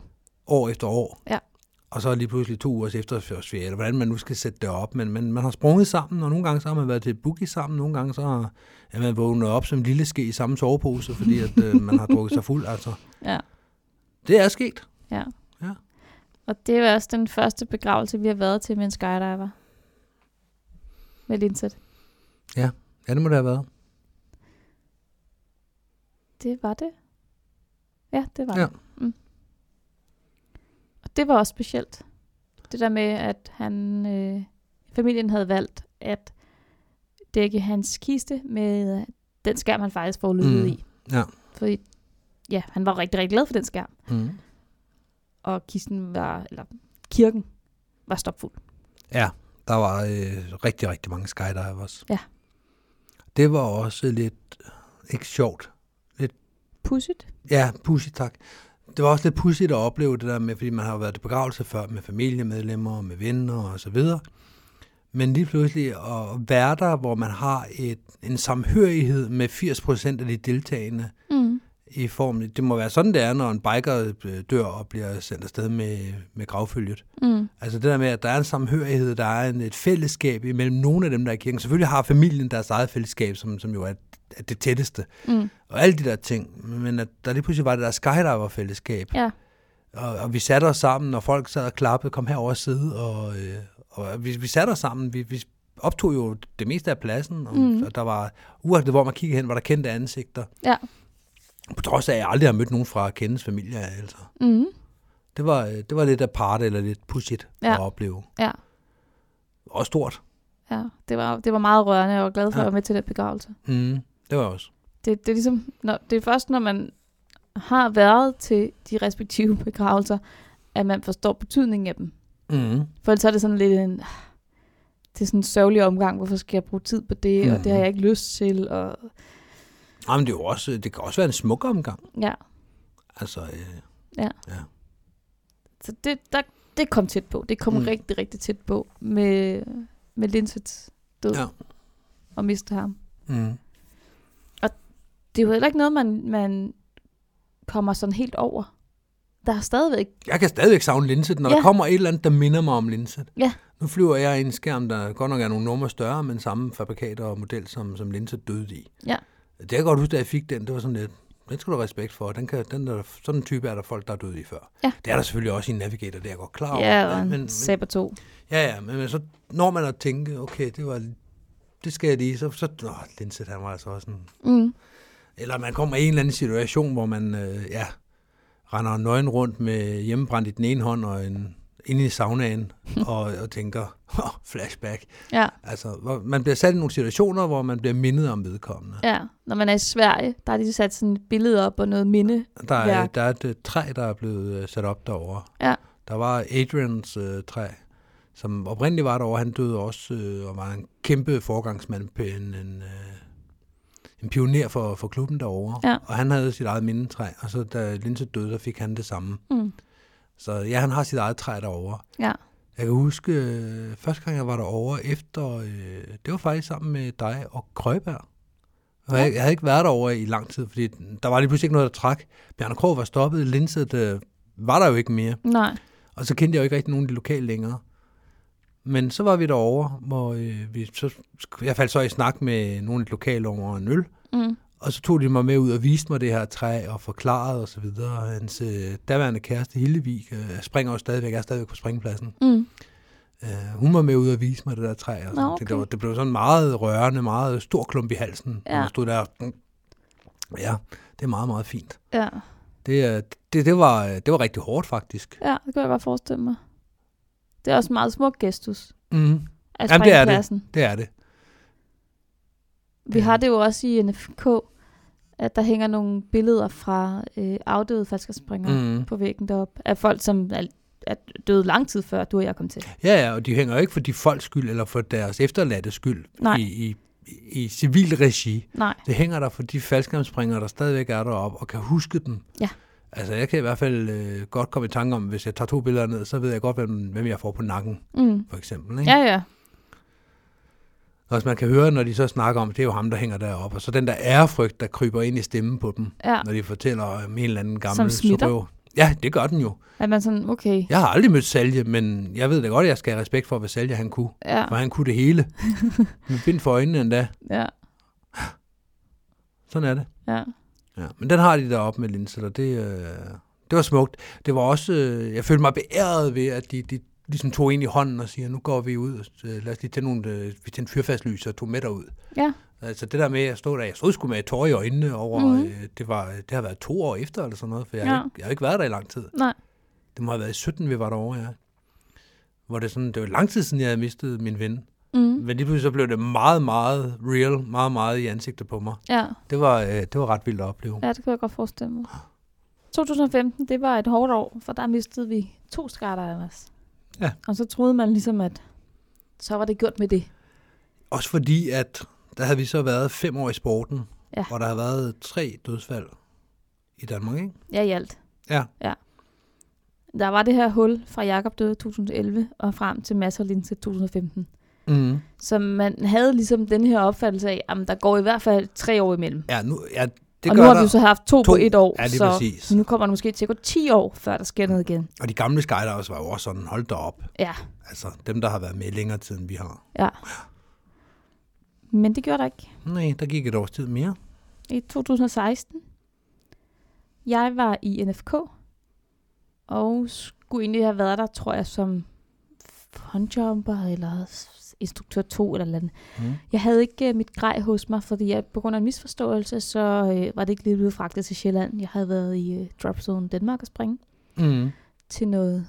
C: År efter år.
B: Ja.
C: Og så lige pludselig to ugers efterårsferie, eller hvordan man nu skal sætte det op. Men man, man har sprunget sammen, og nogle gange så har man været til boogie sammen, nogle gange så har er man vågnet op som en lille ske i samme sovepose, fordi at, øh, man har drukket sig fuld. Altså,
B: Ja.
C: det er sket.
B: Ja.
C: Ja.
B: Og det er også den første begravelse, vi har været til med en skydiver. Med Linset.
C: Ja, det må det have været.
B: Det var det. Ja, det var
C: Ja.
B: det. Mm. Og det var også specielt. Det der med, at han, øh, familien havde valgt at dække hans kiste med øh, den skærm, han faktisk får løbet
C: Mm.
B: i.
C: Ja.
B: Fordi ja, han var rigtig, rigtig glad for den skærm.
C: Mm.
B: Og kisten var, eller kirken var stopfuld.
C: Ja, der var øh, rigtig, rigtig mange skydivers.
B: Ja.
C: Det var også lidt, ikke sjovt,
B: Pudsigt.
C: Ja, pudsigt tak. Det var også lidt pudsigt at opleve det der med, fordi man har jo været til begravelse før med familiemedlemmer og med venner og så videre. Men lige pludselig at være der, hvor man har et, en samhørighed med 80% af de deltagende
B: Mm.
C: i form. Det må være sådan, det er, når en biker øh, dør og bliver sendt afsted med, med gravfølget.
B: Mm.
C: Altså det der med, at der er en samhørighed, der er en, et fællesskab imellem nogle af dem, der er i kirken. Selvfølgelig har familien deres eget fællesskab, som, som jo er, er det tætteste
B: Mm.
C: og alle de der ting. Men at der lige pludselig var det der skydiver-fællesskab,
B: Ja.
C: Og, og vi satte os sammen, og folk sad og klappede, kom herover og sidde, og, øh, og vi, vi satte os sammen. Vi, vi optog jo det meste af pladsen, og, mm. og der var, uagtet hvor man kiggede hen, var der kendte ansigter.
B: Ja.
C: På trods af, at jeg aldrig har mødt nogen fra Kendes familie, altså.
B: Mm.
C: Det var, øh, det var lidt apart eller lidt pudsigt ja.
B: Ja.
C: at opleve.
B: Ja.
C: Og stort.
B: Ja, det var, det var meget rørende, og jeg var glad for ja. at være med til den begravelse.
C: Mm, det var jeg også.
B: Det, det, er ligesom, når, det er først, når man har været til de respektive begravelser, at man forstår betydningen af dem.
C: Mm.
B: For ellers er det sådan lidt en... ah, Det er sådan en sørgelig omgang. Hvorfor skal jeg bruge tid på det? Mm. Og det har jeg ikke lyst til. Og,
C: Jamen, det, er jo også, det kan også være en smuk omgang.
B: ja,
C: Altså, øh,
B: så det, der, det kom tæt på. Det kom
C: Mm.
B: mm. rigtig, rigtig tæt på med, med Linsets død
C: Ja.
B: ja. og miste ham.
C: mm.
B: Det er jo heller ikke noget, man, man kommer sådan helt over. Der er stadigvæk...
C: Jeg kan stadigvæk savne Linset, når ja. der
B: Ja.
C: kommer et eller andet, der minder mig om Linset.
B: Ja.
C: Nu flyver jeg i en skærm, der godt nok er nogle numre større, men samme fabrikat og model, som, som Linset døde i.
B: Ja.
C: Det kan jeg godt huske, da jeg fik den, det var sådan lidt, den skal du have respekt for. Den kan, den der, sådan en type er der folk, der er døde i før.
B: Ja.
C: Det er der selvfølgelig også i en navigator, det er jeg godt klar over.
B: Ja, og
C: men,
B: en
C: men,
B: saber 2.
C: ja, ja, men, men, så når man at tænke, okay, det var det skal jeg lige, så, så åh, Linset, han var altså også en
B: Mm.
C: Eller man kommer i en eller anden situation, hvor man øh, ja, render nøgen rundt med hjemmebrændt i den ene hånd og en, inde i saunaen og, og tænker, oh, flashback.
B: Ja,
C: Altså, hvor, man bliver sat i nogle situationer, hvor man bliver mindet om vedkommende.
B: ja. Når man er i Sverige, der har de sat sådan et billede op og noget minde.
C: Der er,
B: Ja.
C: der er et øh, træ, der er blevet øh, sat op derovre.
B: Ja.
C: Der var Adrians øh, træ, som oprindeligt var derovre. Han døde også øh, og var en kæmpe forgangsmand, p- en, en, øh, en pioner for, for klubben derovre.
B: Ja.
C: Og han havde sit eget mindetræ, og så da Linse døde, så fik han det samme.
B: Mm.
C: Så ja, han har sit eget træ derovre.
B: Ja.
C: Jeg kan huske, øh, første gang jeg var derovre efter, øh, det var faktisk sammen med dig og Krøberg. Og jeg, jeg havde ikke været derovre i lang tid, fordi der var lige pludselig ikke noget, der trak. Bjarne Krog var stoppet, Linset øh, var der jo ikke mere.
B: Nej.
C: Og så kendte jeg jo ikke rigtig nogen af de lokale længere. Men så var vi derovre, hvor øh, vi, så, jeg faldt så i snak med nogle af de lokale over en øl.
B: Mm.
C: Og så tog de mig med ud og viste mig det her træ og forklarede osv. Hans øh, daværende kæreste Hillevik øh, springer jo stadigvæk, er stadigvæk på springpladsen.
B: Mm.
C: Øh, hun var med ud og vise mig det der træ. Og sådan.
B: Nå,
C: okay. det,
B: okay.
C: var, det blev sådan meget rørende, meget stor klump i halsen. Ja.
B: Ja.
C: Hun stod der. mm. Ja, det er meget, meget fint.
B: Ja.
C: Det, er- det, det, var, det var rigtig hårdt, faktisk.
B: Ja, det kan jeg godt forestille mig. Det er også en meget smuk gestus.
C: Mm,
B: At
C: Jamen, det er
B: springpladsen.
C: det er det.
B: Vi har det jo også i NFK, at der hænger nogle billeder fra øh, afdøde falskerspringere mm.
C: Mm.
B: på væggen deroppe. Af folk, som er, er døde lang tid før, du og jeg kom til.
C: Ja, ja, og de hænger jo ikke for de folks skyld, eller for deres efterladte skyld
B: Nej.
C: i, i, i civil regi.
B: Nej.
C: Det hænger der for de faldskærmspringere, der stadigvæk er deroppe, og kan huske dem.
B: Ja.
C: Altså, jeg kan i hvert fald øh, godt komme i tanke om, hvis jeg tager to billeder ned, så ved jeg godt, hvem, hvem jeg får på nakken,
B: Mm.
C: for eksempel. Ikke?
B: Ja, ja.
C: Og man kan høre, når de så snakker om, det er jo ham, der hænger deroppe, og så den der ærefrygt, der kryber ind i stemmen på dem,
B: ja.
C: når de fortæller om en eller anden gammel
B: Som smitter.
C: surøv. Ja, det gør den jo.
B: At man sådan, okay.
C: Jeg har aldrig mødt Salje, men jeg ved da godt, at jeg skal have respekt for, hvad Salje han kunne.
B: Ja,
C: For han kunne det hele. Med bind for øjnene endda.
B: ja,
C: Sådan er det.
B: ja.
C: Ja, men den har de deroppe med linset, og det, øh, det var smukt. Det var også, øh, jeg følte mig beæret ved, at de, de ligesom tog ind i hånden og siger, nu går vi ud, og øh, lad os lige tænde, nogle, øh, vi tændte fyrfastlys og tog med derud.
B: Ja,
C: Altså det der med, at jeg stod der, jeg stod sgu med et tår i øjnene over,
B: Mhm.
C: mm-hmm. øh, det, var, det har været to år efter eller sådan noget, for jeg, ja.
B: Ja.
C: har, ikke, jeg har ikke været der i lang tid.
B: nej.
C: Det må have været i 17, vi var derovre, ja. Hvor det, sådan, det var lang tid siden, jeg havde mistet min ven.
B: Mm.
C: Men lige pludselig så blev det meget, meget real, meget, meget i ansigtet på mig.
B: Ja.
C: Det var, øh, det var ret vildt at opleve.
B: ja, det kan jeg godt forestille mig. 2015, det var et hårdt år, for der mistede vi to skatter, Anders.
C: Ja.
B: Og så troede man ligesom, at så var det gjort med det.
C: Også fordi, at der havde vi så været fem år i sporten,
B: Ja.
C: hvor der havde været tre dødsfald i Danmark, ikke?
B: Ja, i alt.
C: Ja.
B: ja. Der var det her hul fra Jakob døde 2011 og frem til Mads og Linse 2015.
C: Mm.
B: Så man havde ligesom den her opfattelse af, at der går i hvert fald tre år imellem.
C: Ja, nu, ja, det
B: og
C: gør
B: nu har
C: der.
B: vi jo så haft to,
C: To.
B: på et år,
C: Ja, lige
B: så
C: præcis.
B: nu kommer det måske til at gå 10 år, før der sker noget igen.
C: Og de gamle skydivers var jo også sådan, hold da op.
B: Ja,
C: Altså, dem, der har været med længere tid, end vi har.
B: ja. Men det gjorde der ikke.
C: Nej, der gik et års tid mere.
B: I 2016, jeg var i NFK, Og skulle egentlig have været der, tror jeg, som fronjumper eller s- instruktør 2 eller andet.
C: Mm.
B: Jeg havde ikke øh, mit grej hos mig, fordi jeg, på grund af en misforståelse, så øh, var det ikke lige blevet fragtet til Sjælland. Jeg havde været i øh, Dropzone Danmark og springe
C: Mm.
B: til noget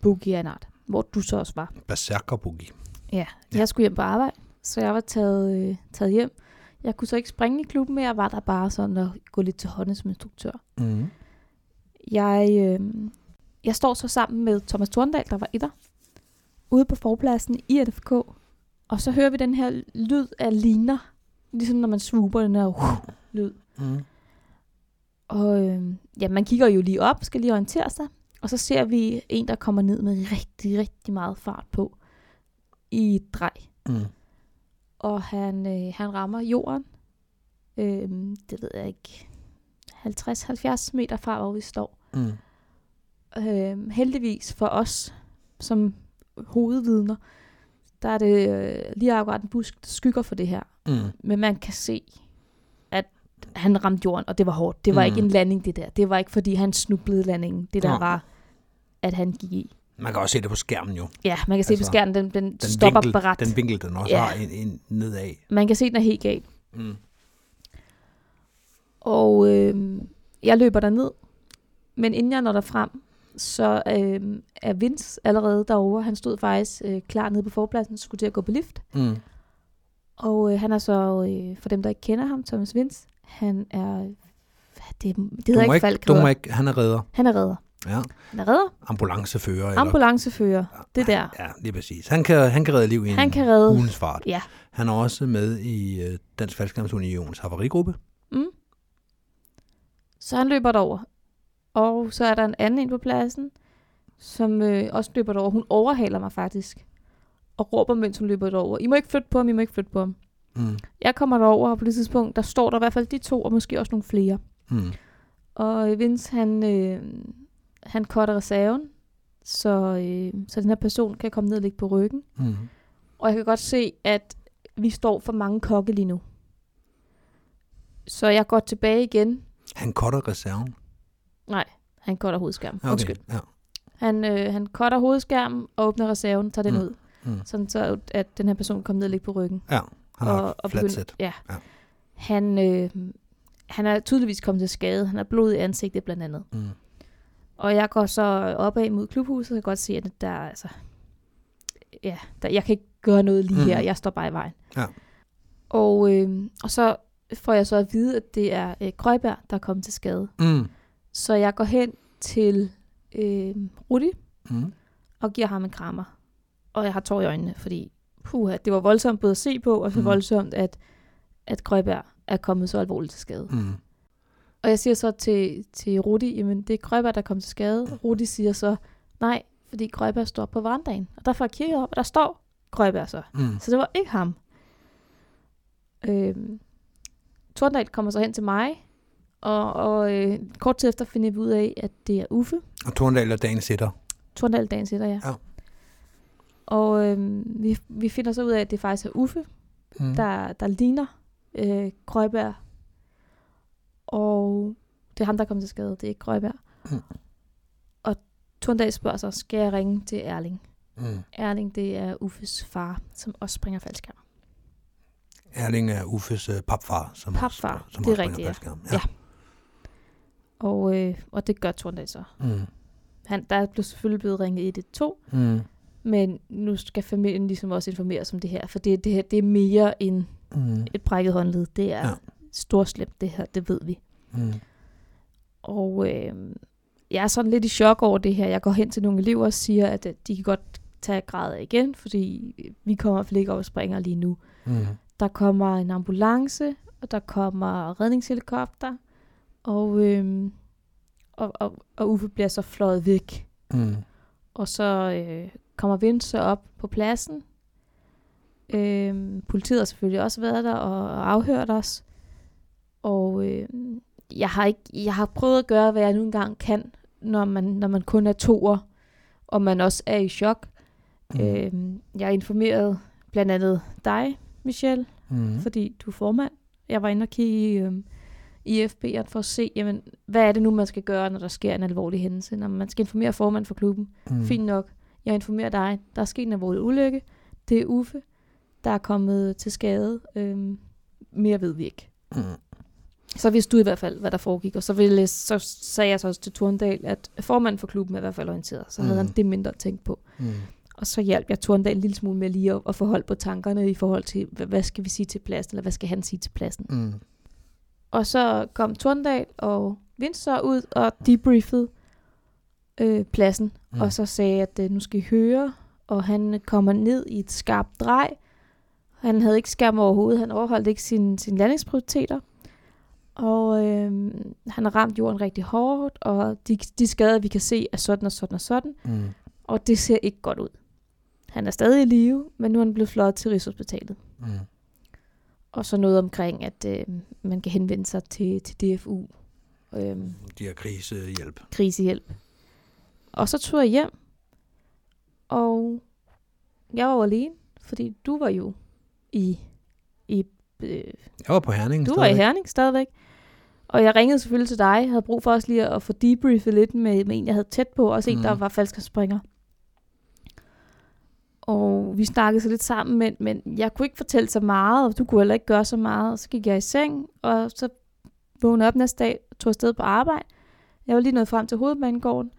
B: boogie art, hvor du så også var.
C: Berserkerbugi.
B: Ja,
C: Ja.
B: jeg skulle hjem på arbejde, så jeg var taget, øh, taget hjem. Jeg kunne så ikke springe i klubben, men jeg var der bare sådan og gå lidt til hånden som instruktør.
C: Mm.
B: Jeg, øh, jeg står så sammen med Thomas Thorndal, der var etter, ude på forpladsen i RFK, og så hører vi den her lyd af liner, ligesom når man swooper den her uh, lyd.
C: Mm.
B: Og øh, ja, man kigger jo lige op, skal lige orientere sig, og så ser vi en, der kommer ned med rigtig, rigtig meget fart på i et drej.
C: Mm.
B: og han, øh, han rammer jorden. Øh, det ved jeg ikke. 50-70 meter fra, hvor vi står.
C: Mm.
B: Øh, heldigvis for os som hovedvidner, der er det øh, lige akkurat en busk, der skygger for det her.
C: Mm.
B: Men man kan se, at han ramte jorden, og det var hårdt. Det var
C: Mm.
B: mm. ikke en landing, det der. Det var ikke, fordi han snublede landingen. Det der
C: Nå.
B: var, at han gik i.
C: Man kan også se det på skærmen jo.
B: Ja, man kan se altså,
C: Altså,
B: på skærmen, den, den, den stopper
C: vinkel,
B: beret.
C: Den vinkel, den også
B: Ja.
C: har en, en nedad.
B: Man kan se, den er helt gal.
C: Mm.
B: Og øh, jeg løber derned, men inden jeg når derfrem, så øh, er Vince allerede derovre. Han stod faktisk øh, klar nede på forpladsen, skulle til at gå på lift.
C: Mm.
B: Og øh, han er så, øh, for dem der ikke kender ham, Thomas Vince, han er, hvad det, det
C: Du
B: hedder
C: må
B: ikke
C: ikke,
B: Falk,
C: du
B: hedder-
C: må ikke, han er redder.
B: han er redder.
C: Ja.
B: Han er redder,
C: Ambulancefører. eller,
B: ambulancefører, det der.
C: ja, lige præcis. Han kan, han kan redde liv i
B: Han
C: en
B: kan redde-
C: ugens fart.
B: Ja.
C: Han er også med i øh, Dansk Faldskærmsunions havarigruppe.
B: Mm. Så han løber derover. Og så er der en anden en på pladsen, som øh, også løber derover. Hun overhaler mig faktisk. Og råber, mens hun løber derover. I må ikke flytte på ham, I må ikke flytte på ham.
C: Mm.
B: Jeg kommer derover, og på det tidspunkt, der står der i hvert fald de to, og måske også nogle flere.
C: Mm.
B: Og øh, Vince, han, øh, han cutter reserven, så, øh, så den her person kan komme ned og ligge på ryggen.
C: Mm.
B: Og jeg kan godt se, at vi står for mange kokke lige nu. Så jeg går tilbage igen,
C: Han cutter reserven.
B: Han cutter hovedskærmen.
C: Ja,
B: Okay. Undskyld.
C: Ja.
B: Han, øh, han cutter hovedskærmen og åbner reserven, tager den
C: Mm.
B: ud.
C: Mm.
B: Sådan så, at den her person kommer ned og ligger på ryggen.
C: ja. Han har
B: og, og
C: flat
B: begynder-
C: set.
B: ja.
C: Ja.
B: ja. Han, øh, han er tydeligvis kommet til skade. Han har blod i ansigtet blandt andet.
C: Mm.
B: Og jeg går så opad mod klubhuset, og kan godt se, at der er altså... Ja, der, jeg kan ikke gøre noget lige
C: Mm.
B: her. Jeg står bare i vejen.
C: Ja.
B: Og, øh, og så får jeg så at vide, at det er øh, Krøjberg, der er kommet til skade.
C: Mm.
B: Så jeg går hen til øh, Rudi,
C: Mm.
B: og giver ham en krammer. Og jeg har tår i øjnene, fordi puha, det var voldsomt både at se på, og så
C: Mm.
B: mm. voldsomt, at, at Grøberg er kommet så alvorligt til skade.
C: Mm.
B: Og jeg siger så til, til Rudi, jamen det er Grøberg, der kom til skade. Rudi siger så, nej, fordi Grøberg står på verandaen. Og derfor kigger jeg op, og der står Grøberg så.
C: Mm.
B: Så det var ikke ham. Øhm, Torndal kommer så hen til mig, og, og øh, kort tid efter finder vi ud af, at det er Uffe,
C: Og Torndal er dagen sætter.
B: Torndal dagen sætter, ja.
C: Ja.
B: Og øh, vi, vi finder så ud af, at det faktisk er Uffe, mm.
C: Mm.
B: der, der ligner øh, Grøjbær. Og det er ham, der kom til skade, det er ikke Grøjbær.
C: Mm.
B: Og Torndal spørger så, skal jeg ringe til Erling?
C: Mm.
B: Erling, det er Uffes far, som også springer faldskærm.
C: Erling er Uffes øh, papfar. Som
B: Papfar,
C: Også, som
B: det er
C: også
B: rigtigt,
C: springer
B: ja. Ja.
C: faldskærm.
B: Og, øh, og det gør Torndal så.
C: Mm.
B: Han, der er blevet- selvfølgelig blevet ringet 112,
C: Mm.
B: men nu skal familien ligesom også informeres om det her, for det, det her det er mere end
C: Mm.
B: et brækket håndled, det er
C: Ja.
B: ja. storslemt det her, det ved vi.
C: Mm.
B: Og øh, jeg er sådan lidt i chok over det her. Jeg går hen til nogle elever og siger, at øh, de kan godt tage grader igen, fordi øh, vi kommer i hvert fald ikke op og springer lige nu.
C: Mm.
B: Der kommer en ambulance, og der kommer redningshelikopter, og, øh, og, og, og Uffe bliver så fløjet væk.
C: Mm.
B: Og så øh, kommer Vince så op på pladsen. Øh, politiet har selvfølgelig også været der og, og afhørt os. Og øh, jeg, har ikke, jeg har prøvet at gøre, hvad jeg nu engang kan, når man, når man kun er toer, og man også er i chok. Mm.
C: Mm.
B: Øh, jeg informerede blandt andet dig, Michelle,
C: Mm.
B: fordi du er formand. Jeg var inde og kigge i, øh, i FB'eren for at se, jamen, hvad er det nu, man skal gøre, når der sker en alvorlig hændelse. Når man skal informere formand for klubben. Mm. Fint nok. Jeg informerer dig. Der er sket en alvorlig ulykke. Det er Uffe, der er kommet til skade. Øhm, mere ved vi ikke.
C: Mm.
B: Så vidste du i hvert fald, hvad der foregik. Og så, ville, så sagde jeg så også til Turndal, at formanden for klubben er i hvert fald orienteret. Så havde
C: Mm.
B: han det mindre at tænke på.
C: Mm.
B: Og så hjalp jeg Turndal en lille smule med lige at, at få hold på tankerne i forhold til, hvad, hvad skal vi sige til pladsen, eller hvad skal han sige til pladsen.
C: Mm.
B: Og så kom Turndal og Windsor ud og debriefede øh, pladsen,
C: Mm.
B: mm. og så sagde, at øh, nu skal I høre, og han kommer ned i et skarpt drej. Han havde ikke skærm overhovedet, han overholdt ikke sine, sine landingsprioriteter, og øh, han har ramt jorden rigtig hårdt, og de, de skader, vi kan se, er sådan og sådan og sådan,
C: Mm.
B: og det ser ikke godt ud. Han er stadig i live, men nu er han blevet fløjet til Rigshospitalet.
C: Mm.
B: Og så noget omkring, at øh, man kan henvende sig til, til DFU, øh,
C: De har krisehjælp.
B: krisehjælp. Og så tog jeg hjem, og jeg var jo alene, fordi du var jo i, i øh,
C: Jeg var på Herning
B: du var i
C: stadigvæk.
B: Herning stadigvæk. Og jeg ringede selvfølgelig til dig, havde brug for også lige at få debriefet lidt med, med en, jeg havde tæt på, også en, der
C: Mhm.
B: var falsk springer. Og vi snakkede så lidt sammen, men, men jeg kunne ikke fortælle så meget, og du kunne heller ikke gøre så meget. Og så gik jeg i seng, og så vågnede jeg op næste dag, tog afsted på arbejde. Jeg var lige nået frem til hovedbanegården,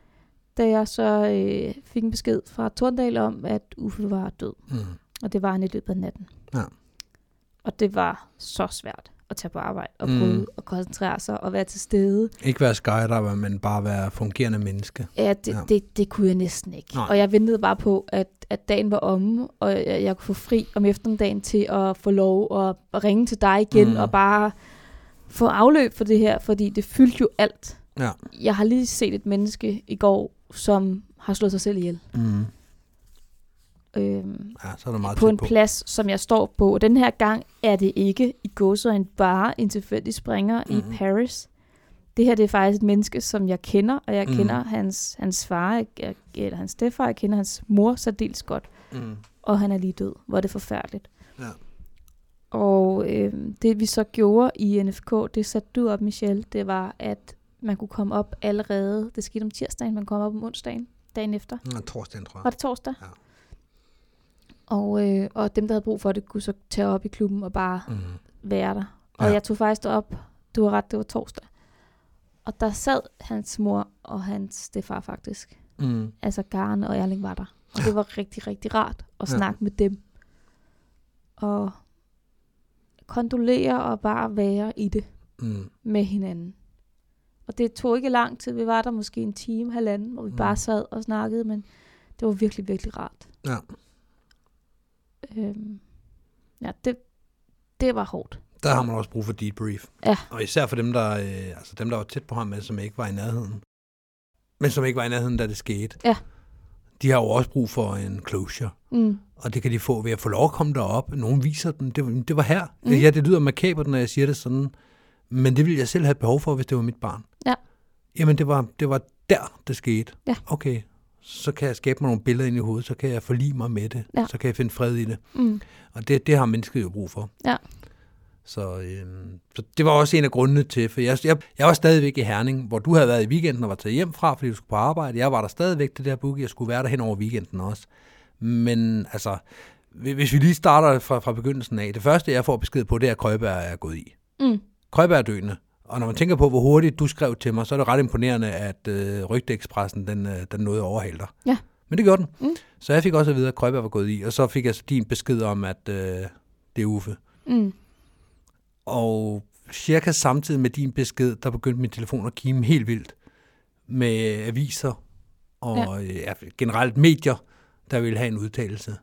B: da jeg så øh, fik en besked fra Torndal om, at Uffe var død.
C: Mm.
B: Og det var han i løbet af natten.
C: Ja.
B: Og det var så svært at tage på arbejde og
C: Mm.
B: prøve at koncentrere sig og være til stede.
C: Ikke være skydiver, men bare være fungerende menneske.
B: Ja, det,
C: Ja.
B: ja. det, det kunne jeg næsten ikke.
C: Nej.
B: Og jeg ventede bare på, at, at dagen var omme, og jeg, jeg kunne få fri om eftermiddagen til at få lov at, at ringe til dig igen
C: Mm.
B: mm. og bare få afløb for det her, fordi det fyldte jo alt.
C: Ja.
B: Jeg har lige set et menneske i går, som har slået sig selv ihjel.
C: Mm.
B: Øhm,
C: Ja, så er der meget
B: på
C: tæt
B: en plads, som jeg står på. Og den her gang er det ikke i gåsøjne bare en tilfældig springer
C: Mhm.
B: i Paris. Det her det er faktisk et menneske, som jeg kender, og jeg
C: Mhm.
B: kender hans, hans far, jeg- jeg- eller hans stefar, jeg kender hans mor så dels godt,
C: Mm.
B: og han er lige død. Hvor er det forfærdeligt.
C: Ja.
B: Og øh, det vi så gjorde i NFK, det satte du op, Michelle, det var, at man kunne komme op allerede, det skete om tirsdagen, man kom op om onsdagen, dagen efter.
C: Ja, Torsten, tror
B: Var
C: jeg.
B: det torsdag?
C: Ja.
B: Og, øh, og dem, der havde brug for det, kunne så tage op i klubben og bare
C: Mm.
B: være der. Og
C: Ja.
B: ja. jeg tog faktisk op. Du har ret, det var torsdag. Og der sad hans mor og hans stefar faktisk.
C: Mm.
B: Altså Garen og Erling var der. Og det var rigtig, rigtig rart at
C: Ja.
B: snakke med dem. Og kondolere og bare være i det
C: Mm.
B: med hinanden. Og det tog ikke lang tid. Vi var der måske en time, halvanden, hvor vi
C: Mm.
B: mm. bare sad og snakkede, men det var virkelig, virkelig rart.
C: Ja.
B: Øhm, ja, det, det var hårdt.
C: Der har man også brug for debrief.
B: Ja.
C: Og især for dem der, øh, altså dem, der var tæt på ham, men som ikke var i nærheden. Men som ikke var i nærheden, da det skete.
B: Ja.
C: De har jo også brug for en closure.
B: Mm.
C: Og det kan de få ved at få lov at komme derop. Nogen viser dem. Det, det var her. Mm.
B: Mm.
C: Ja, det lyder makabert, når jeg siger det sådan. Men det ville jeg selv have behov for, hvis det var mit barn.
B: Ja.
C: Jamen, det var, det var der, det skete.
B: Ja.
C: Okay, så kan jeg skabe mig nogle billeder ind i hovedet. Så kan jeg forlige mig med det.
B: Ja.
C: Så kan jeg finde fred i det.
B: Mm.
C: Og det, det har mennesket jo brug for.
B: Ja.
C: Så, øhm, så det var også en af grundene til, for jeg, jeg, jeg var stadigvæk i Herning, hvor du havde været i weekenden og var taget hjem fra, fordi du skulle på arbejde. Jeg var der stadigvæk til det der book, jeg skulle være der hen over weekenden også. Men altså, hvi- hvis vi lige starter fra, fra begyndelsen af. Det første, jeg får besked på, det er, at Krøjberg er gået i.
B: Mm.
C: Krøjberg er døende. Og når man tænker på, hvor hurtigt du skrev til mig, så er det ret imponerende, at øh, rygteekspressen, den, øh, den nåede at overhale dig.
B: Ja.
C: Men det gjorde den.
B: Mm.
C: Så jeg fik også at vide, at Krøjberg var gået i, og så fik jeg så din besked om, at øh, det er Uffe.
B: Mm.
C: Og cirka samtidig med din besked, der begyndte min telefon at kime helt vildt med aviser og øh, ja. Ja, generelt medier, der ville have en udtalelse.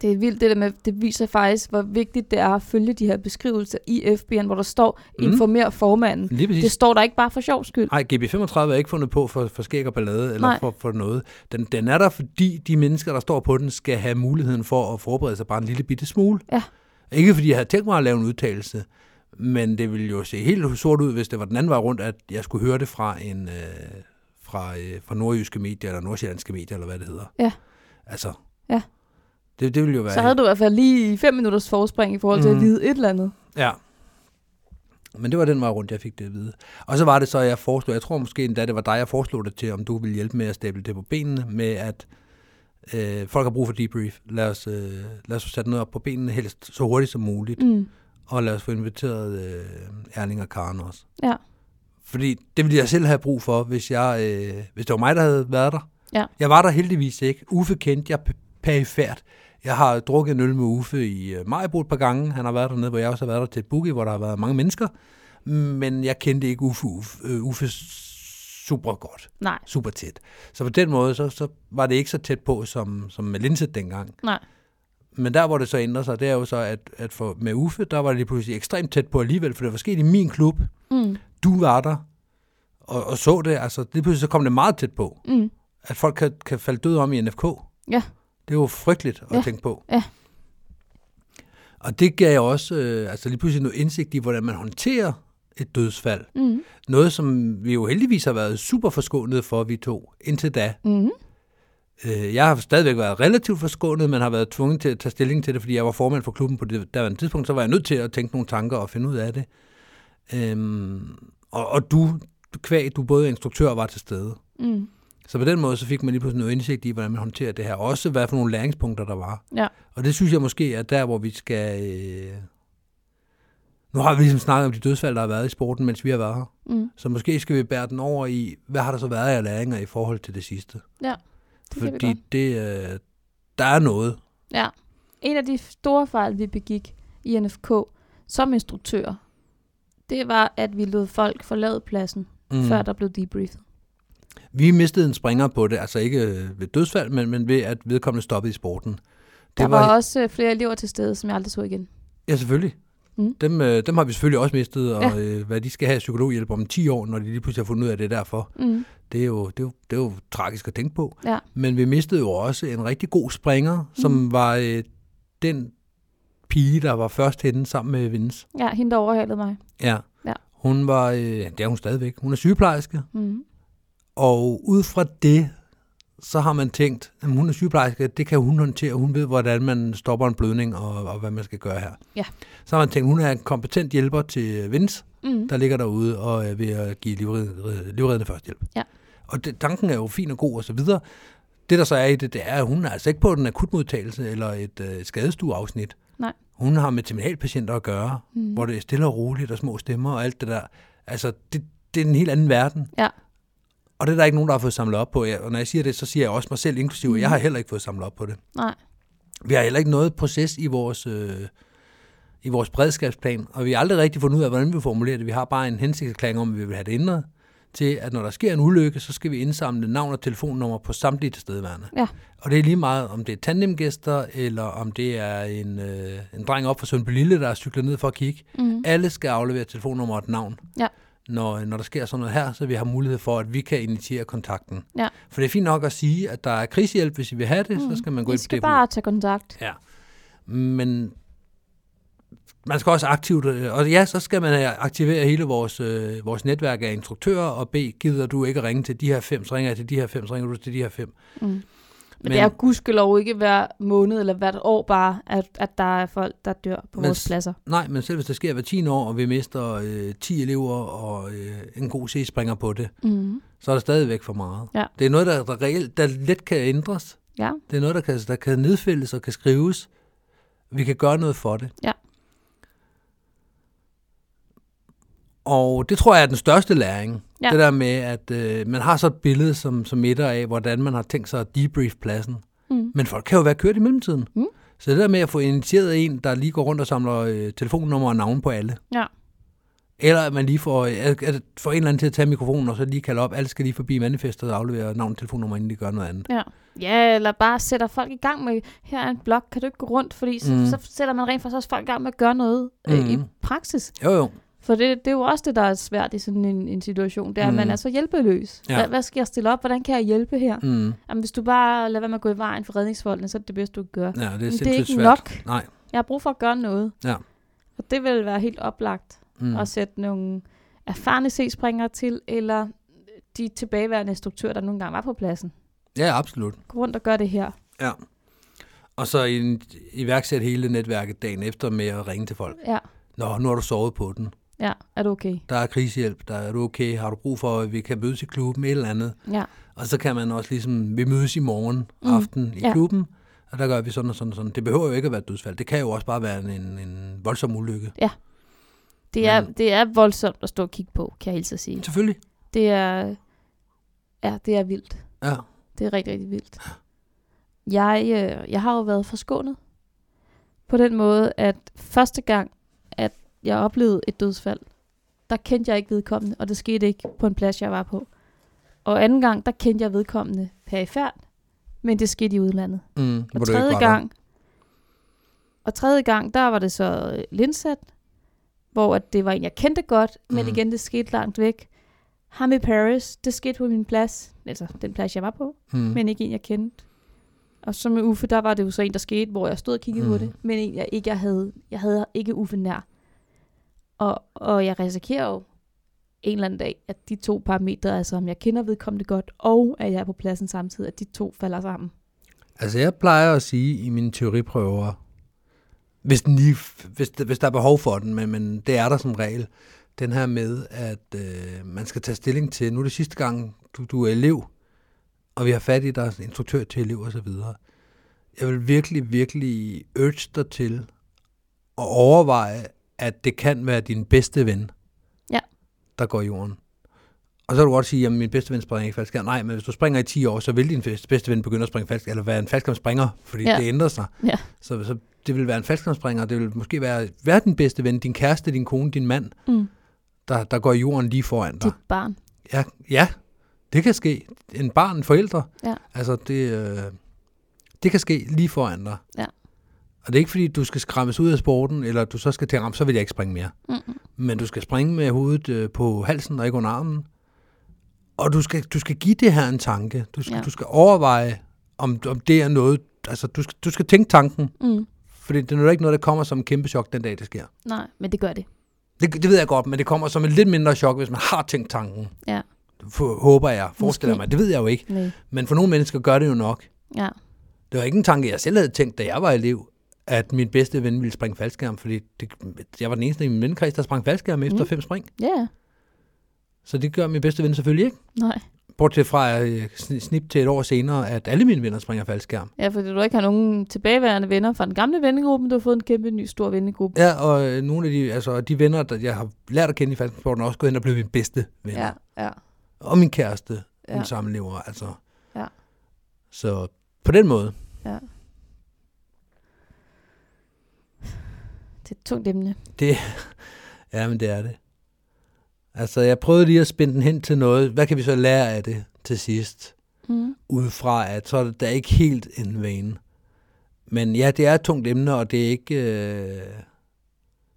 B: Det er vildt det der med, det viser faktisk, hvor vigtigt det er at følge de her beskrivelser i FB'en, hvor der står,
C: Mm.
B: informer formanden.
C: Lige præcis.
B: Det står der ikke bare for sjov skyld.
C: Nej, GB35 er ikke fundet på for, for skæg og ballade eller
B: Nej.
C: for, for noget. Den, den er der, fordi de mennesker, der står på den, skal have muligheden for at forberede sig bare en lille bitte smule.
B: Ja.
C: Ikke fordi jeg havde tænkt mig at lave en udtalelse, men det ville jo se helt sort ud, hvis det var den anden vej rundt, at jeg skulle høre det fra en øh, fra, øh, fra nordjyske medier, eller nordsjællandske medier, eller hvad det hedder.
B: Ja.
C: Altså.
B: Ja.
C: Det, det ville jo være...
B: Så havde du i hvert fald lige fem minutters forspring i forhold til
C: Mm.
B: at vide et eller andet.
C: Ja. Men det var den vej rundt, jeg fik det at vide. Og så var det så, at jeg foreslog, jeg tror måske endda, det var dig, jeg foreslog det til, om du ville hjælpe med at stable det på benene, med at øh, folk har brug for debrief. Lad os, øh, lad os få sat noget op på benene, helst så hurtigt som muligt.
B: Mm.
C: Og lad os få inviteret øh, Erling og Karen også.
B: Ja.
C: Fordi det ville jeg selv have brug for, hvis, jeg, øh, hvis det var mig, der havde været der.
B: Ja.
C: Jeg var der heldigvis ikke. Uffe kendte jeg p- perifært. Jeg har drukket en øl med Uffe i øh, Majbo et par gange. Han har været dernede, hvor jeg også har været der til et boogie, hvor der har været mange mennesker. Men jeg kendte ikke Uffe, Uffe, øh, Uffe super godt,
B: Nej,
C: super tæt. Så på den måde, så, så var det ikke så tæt på som, som med Linset dengang.
B: nej.
C: Men der, hvor det så ændrer sig, det er jo så, at, at for, med Uffe, der var det lige pludselig ekstremt tæt på alligevel, for det var sket i min klub.
B: Mm.
C: Du var der og, og så det. Altså, lige pludselig så kom det meget tæt på,
B: Mm.
C: at folk kan, kan falde døde om i NFK.
B: Ja.
C: Det er jo frygteligt at
B: Ja,
C: tænke på.
B: ja.
C: Og det gav også øh, altså lige pludselig noget indsigt i, hvordan man håndterer et dødsfald.
B: Mm.
C: Noget, som vi jo heldigvis har været super forskånet for, vi to, indtil da.
B: Mm.
C: Øh, Jeg har stadigvæk været relativt forskånet, men har været tvunget til at tage stilling til det, fordi jeg var formand for klubben på det daværende tidspunkt, så var jeg nødt til at tænke nogle tanker og finde ud af det. Øhm, og, og du, kvæg, du både er instruktør og var til stede.
B: Mm.
C: Så på den måde, så fik man lige pludselig noget indsigt i, hvordan man håndterer det her. Også hvad for nogle læringspunkter der var.
B: Ja.
C: Og det synes jeg måske er der, hvor vi skal... Øh... Nu har vi ligesom snakket om de dødsfald, der har været i sporten, mens vi har været her.
B: Mm.
C: Så måske skal vi bære den over i, hvad har der så været af læringer i forhold til det sidste?
B: Ja, det kan vi
C: Fordi
B: godt.
C: det, øh, der er noget.
B: Ja. En af de store fejl, vi begik i NFK som instruktører, det var, at vi lod folk forlade pladsen, mm. før der blev debriefet.
C: Vi mistede en springer på det, altså ikke øh, ved dødsfald, men, men ved at vedkommende stoppede i sporten. Det
B: Der var, var også øh, flere elever til stede, som jeg aldrig så igen.
C: Ja, selvfølgelig.
B: Mm.
C: Mm. Dem, øh, dem har vi selvfølgelig også mistet, og
B: Ja.
C: ja. øh, hvad de skal have af psykologhjælp om 10 år, når de lige pludselig har fundet ud af det derfor.
B: Mm.
C: Det er jo, det er jo, det er jo tragisk at tænke på.
B: Ja.
C: Men vi mistede jo også en rigtig god springer, som mm. var øh, den pige, der var først henne sammen med Vince.
B: Ja, hende der overhalede mig.
C: Ja.
B: Ja.
C: Hun var, øh, ja, det er hun stadigvæk, hun er sygeplejerske,
B: Mm.
C: og ud fra det, så har man tænkt, at hun er sygeplejerske, det kan hun håndtere, hun ved, hvordan man stopper en blødning, og, og hvad man skal gøre her.
B: Ja.
C: Så har man tænkt, hun er en kompetent hjælper til Vince,
B: Mm.
C: der ligger derude og er ved at give livreddende, livreddende førstehjælp.
B: Ja.
C: Og det, tanken er jo fin og god og så videre. Det, der så er i det, det er, at hun er altså ikke på den akutmodtagelse eller et øh, skadestueafsnit.
B: Nej.
C: Hun har med terminalpatienter at gøre,
B: Mm.
C: mm. hvor det er stille og roligt og små stemmer og alt det der. Altså, det, det er en helt anden verden.
B: Ja.
C: Og det er der ikke nogen, der har fået samlet op på. Jeg- Og når jeg siger det, så siger jeg også mig selv inklusive, mm. jeg har heller ikke fået samlet op på det.
B: Nej.
C: Vi har heller ikke noget proces i vores, øh, i vores beredskabsplan, og vi har aldrig rigtig fundet ud af, hvordan vi formulerer det. Vi har bare en hensigtserklæring om, at vi vil have det ændret til, at når der sker en ulykke, så skal vi indsamle navn og telefonnummer på samtlige tilstedeværende.
B: Ja.
C: Og det er lige meget, om det er tandemgæster, eller om det er en, øh, en dreng op fra Sundby Lille, der cykler ned for at kigge.
B: Mm.
C: Alle skal aflevere telefonnummer og et navn.
B: Ja.
C: Når, når der sker sådan noget her, så vi har mulighed for, at vi kan initiere kontakten.
B: Ja.
C: For det er fint nok at sige, at der er krisehjælp, hvis I vil have det, mm. så skal man
B: I
C: gå ind på
B: skal
C: det.
B: bare tage kontakt.
C: Ja. Men man skal også aktivt, øh, og ja, så skal man øh, aktivere hele vores, øh, vores netværk af instruktører og bede, gider du ikke at ringe til de her fem, så ringer jeg til de her fem, så ringer du til de her fem.
B: Mm. Men, men det er jo gudskelov ikke hver måned eller hvert år bare, at, at der er folk, der dør på
C: Men
B: vores
C: s-
B: pladser.
C: Nej, men selv hvis det sker hver 10 år, og vi mister øh, 10 elever og øh, en god C-springer på det,
B: Mm.
C: så er det stadigvæk for meget.
B: Ja.
C: Det er noget, der, der, reelt, der let kan ændres.
B: Ja.
C: Det er noget, der kan, der kan nedfældes og kan skrives. Vi kan gøre noget for det.
B: Ja.
C: Og det tror jeg er den største læring.
B: Ja.
C: Det der med, at øh, man har så et billede som, som midter af, hvordan man har tænkt sig at debrief pladsen.
B: Mm.
C: Men folk kan jo være kørt i mellemtiden.
B: Mm.
C: Så det der med at få initieret en, der lige går rundt og samler øh, telefonnummer og navn på alle.
B: Ja.
C: Eller at man lige får, øh, at, at får en eller anden til at tage mikrofonen og så lige kalde op. Alle skal lige forbi manifestet og aflevere navn og telefonnummer, inden de gør noget andet.
B: Ja. ja, eller bare sætter folk i gang med, her er en blog, kan du ikke gå rundt? Fordi så, mm.
C: Mm.
B: så sætter man rent faktisk også folk i gang med at gøre noget øh, mm. i
C: Mm.
B: praksis.
C: Jo jo,
B: For det, det er jo også det, der er svært i sådan en, en situation, det er, mm. at man
C: Mm.
B: er så hjælpeløs. Ja.
C: Ja.
B: Hvad, hvad skal jeg stille op? Hvordan kan jeg hjælpe her? Mm.
C: mm.
B: Jamen, hvis du bare lader være med at gå i vejen for redningsfolkene, så er det det bedste, du kan gøre.
C: ja, det er
B: Men det
C: sindssygt
B: er ikke
C: svært.
B: nok.
C: Nej.
B: Jeg har brug for at gøre noget.
C: Ja.
B: Og det vil være helt oplagt
C: Mm.
B: mm. at sætte nogle erfarne C-springere til, eller de tilbageværende instruktører, der nogle gange var på pladsen.
C: Ja, absolut.
B: Gå rundt og gør det her.
C: Ja. Og så i- iværksætte hele netværket dagen efter med at ringe til folk.
B: Ja,
C: Nå, nu har du sovet på den.
B: Ja, er du okay?
C: Der er krisehjælp, der er du okay, har du brug for, at vi kan mødes i klubben, et eller andet.
B: Ja.
C: Og så kan man også ligesom, vi mødes i morgen
B: Mm,
C: aften i
B: ja.
C: klubben, og der gør vi sådan og sådan og sådan. Det behøver jo ikke at være et dødsfald, det kan jo også bare være en, en voldsom ulykke.
B: Det er,
C: Men-
B: det er voldsomt at stå og kigge på, kan jeg hilse at sige.
C: Selvfølgelig,
B: Det er, ja, det er vildt.
C: ja.
B: Det er rigtig, rigtig vildt. Jeg, øh, jeg har jo været forskånet på den måde, at første gang, at jeg oplevede et dødsfald, der kendte jeg ikke vedkommende, og det skete ikke på en plads, jeg var på. Og anden gang, der kendte jeg vedkommende perifært, men det skete i udlandet.
C: Mm, hvor
B: Og
C: du ikke
B: tredje
C: var der.
B: gang, og tredje gang, der var det så øh, Lindsat, hvor at det var en, jeg kendte godt, men
C: Mhm.
B: igen, det skete langt væk. Ham i Paris, det skete på min plads, altså den plads, jeg var på,
C: Mm.
B: men ikke en, jeg kendte. Og så med Uffe, der var det jo så en, der skete, hvor jeg stod og kiggede mm. på
C: Mhm.
B: det, men en, jeg ikke jeg havde, jeg havde ikke Uffe nær. Og, og jeg risikerer jo en eller anden dag, at de to parametre, altså om jeg kender vedkommende godt, og at jeg er på pladsen samtidig, at de to falder sammen.
C: Altså, jeg plejer at sige i mine teoriprøver, hvis, den lige, hvis, hvis der er behov for den, men, men det er der som regel, den her med, at øh, man skal tage stilling til, nu er det sidste gang, du, du er elev, og vi har fat i dig, som instruktør til elev og så videre. Jeg vil virkelig, virkelig urge dig til at overveje, at det kan være din bedste ven,
B: Ja.
C: der går i jorden. Og så kan du godt sige, at min bedste ven springer ikke faldskærm. Nej, men hvis du springer i 10 år, så vil din fes- bedste ven begynde at springe faldskærm, eller være en faldskærmspringer, fordi
B: Ja.
C: ja. det ændrer sig.
B: Ja.
C: Så, så det vil være en faldskærmspringer, det vil måske være, være din bedste ven, din kæreste, din kone, din mand,
B: Mm.
C: der, der går i jorden lige foran dig.
B: Dit barn.
C: Ja, ja, det kan ske. En barn, en forældre.
B: Ja.
C: Altså, det, øh, det kan ske lige foran dig.
B: Ja.
C: Og det er ikke, fordi du skal skræmmes ud af sporten, eller du så skal til at ramme, så vil jeg ikke springe mere.
B: Mm-mm.
C: Men du skal springe med hovedet øh, på halsen og ikke under armen. Og du skal, du skal give det her en tanke. Du skal,
B: Ja.
C: ja. du skal overveje, om, om det er noget... Altså, du skal, du skal tænke tanken,
B: Mm.
C: fordi det er jo ikke noget, der kommer som en kæmpe chok den dag, det sker.
B: Nej, men det gør det.
C: Det, det ved jeg godt, men det kommer som en lidt mindre chok, hvis man har tænkt tanken.
B: Ja.
C: For, håber jeg, forestiller
B: Måske.
C: mig. Det ved jeg jo ikke.
B: Nej.
C: Men for nogle mennesker gør det jo nok.
B: Ja.
C: Det var ikke en tanke, jeg selv havde tænkt, da jeg var elev, at min bedste ven ville springe faldskærm, fordi det, jeg var den eneste i min vennekreds, der sprang faldskærm efter
B: Mm.
C: mm. fem spring.
B: Ja, yeah.
C: Så det gør min bedste ven selvfølgelig ikke.
B: nej.
C: Bortset fra at jeg sn- snip til et år senere, at alle mine venner springer faldskærm.
B: Ja, fordi du ikke har nogen tilbageværende venner fra den gamle vennegruppe, men du har fået en kæmpe ny stor vennegruppe.
C: Ja, og øh, nogle af de, altså, de venner, der jeg har lært at kende i faldskærmsporten, er også gået hen og blevet mine bedste venner.
B: ja. ja.
C: og min kæreste, ja.
B: Ja.
C: min samlever, altså.
B: Ja.
C: Så på den måde,
B: Det er et tungt emne.
C: ja, men det er det. Altså, jeg prøvede lige at spænde den hen til noget. Hvad kan vi så lære af det til sidst?
B: Mm.
C: Udefra, at så er det da ikke helt en vane. Men ja, det er et tungt emne, og det er ikke... Øh...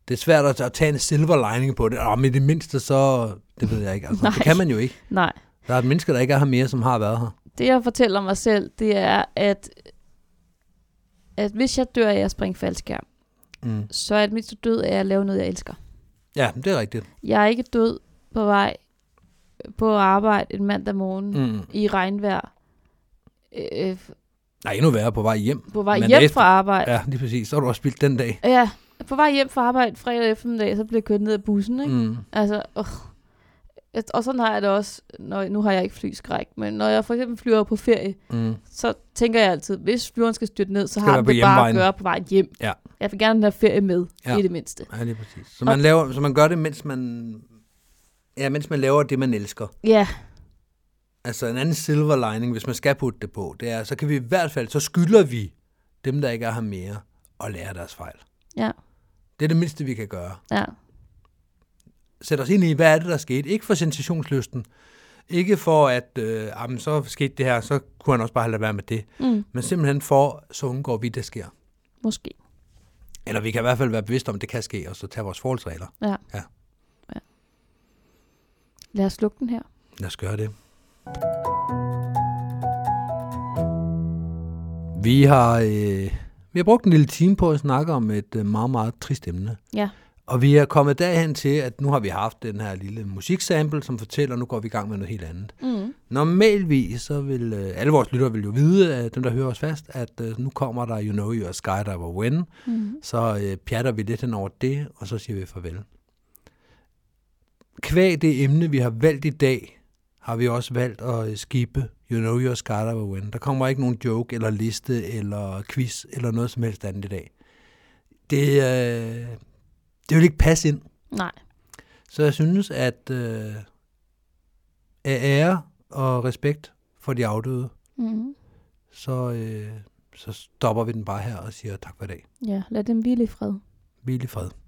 C: Det er svært at, at tage en silver lining på det. Og med det mindste, så... Det ved jeg ikke. Altså,
B: Nej.
C: det kan man jo ikke.
B: Nej.
C: Der er et menneske, der ikke er her mere, som har været her.
B: Det, jeg fortæller mig selv, det er, at, at hvis jeg dør af at springe faldskærm,
C: Mm.
B: så er mit død af at lave noget, jeg elsker.
C: Ja, det er rigtigt.
B: Jeg er ikke død på vej på arbejde en mandag morgen mm.
C: Mm.
B: i regnvejr øh,
C: Nej, endnu værre på vej hjem.
B: på vej
C: Mandag
B: hjem
C: efter.
B: fra arbejde.
C: Ja, lige præcis. Så har du også spildt den dag.
B: Ja, på vej hjem fra arbejde fredag eftermiddag, så bliver jeg kørt ned af bussen, ikke? Mm.
C: Mm.
B: Altså, øh. Et- Og sådan har jeg det også, når, nu har jeg ikke flyskræk, men når jeg for eksempel flyver på ferie,
C: Mm.
B: så tænker jeg altid, hvis flyveren skal styrte ned, så
C: Skal
B: har
C: være
B: den
C: på
B: det bare at
C: hjemvejen.
B: gøre på vej hjem.
C: Ja.
B: Jeg vil gerne have den her ferie med, ja.
C: Ja.
B: i det mindste.
C: Ja, lige præcis. Så man, laver, så man gør det, mens man, ja, mens man laver det, man elsker.
B: Ja,
C: Altså en anden silver lining, hvis man skal putte det på, det er, så kan vi i hvert fald, så skylder vi dem, der ikke er her mere, at lære deres fejl.
B: ja,
C: Det er det mindste, vi kan gøre.
B: ja,
C: Sæt os ind i, hvad er det, der skete? Ikke for sensationslysten. Ikke for, at øh, jamen, så skete det her, så kunne han også bare have ladet være med det.
B: mm,
C: Men simpelthen for, så undgår vi, det sker.
B: måske.
C: Eller vi kan i hvert fald være bevidste om, at det kan ske, og så tage vores forholdsregler.
B: Lad os lukke den her.
C: Lad os gøre det. Vi har, øh, vi har brugt en lille time på at snakke om et øh, meget, meget trist emne.
B: Ja.
C: Og vi er kommet derhen til, at nu har vi haft den her lille musiksample, som fortæller, at nu går vi i gang med noget helt andet.
B: Mm.
C: Normalvis så vil, øh, alle vores lyttere vil jo vide, øh, dem der hører os fast, at øh, nu kommer der You Know Your Skydiver When,
B: Mm.
C: så øh, pjatter vi lidt hen over det, og så siger vi farvel. kvæg det emne, vi har valgt i dag, har vi også valgt at øh, skippe You Know Your Skydiver Win. Der kommer ikke nogen joke, eller liste, eller quiz, eller noget som helst andet i dag. Det, øh, det vil ikke passe ind.
B: Nej.
C: Så jeg synes, at øh, af ære og respekt for de afdøde,
B: Mm-hmm.
C: så, øh, så stopper vi den bare her og siger tak for i dag.
B: Ja, lad dem hvile i fred.
C: Hvil i fred.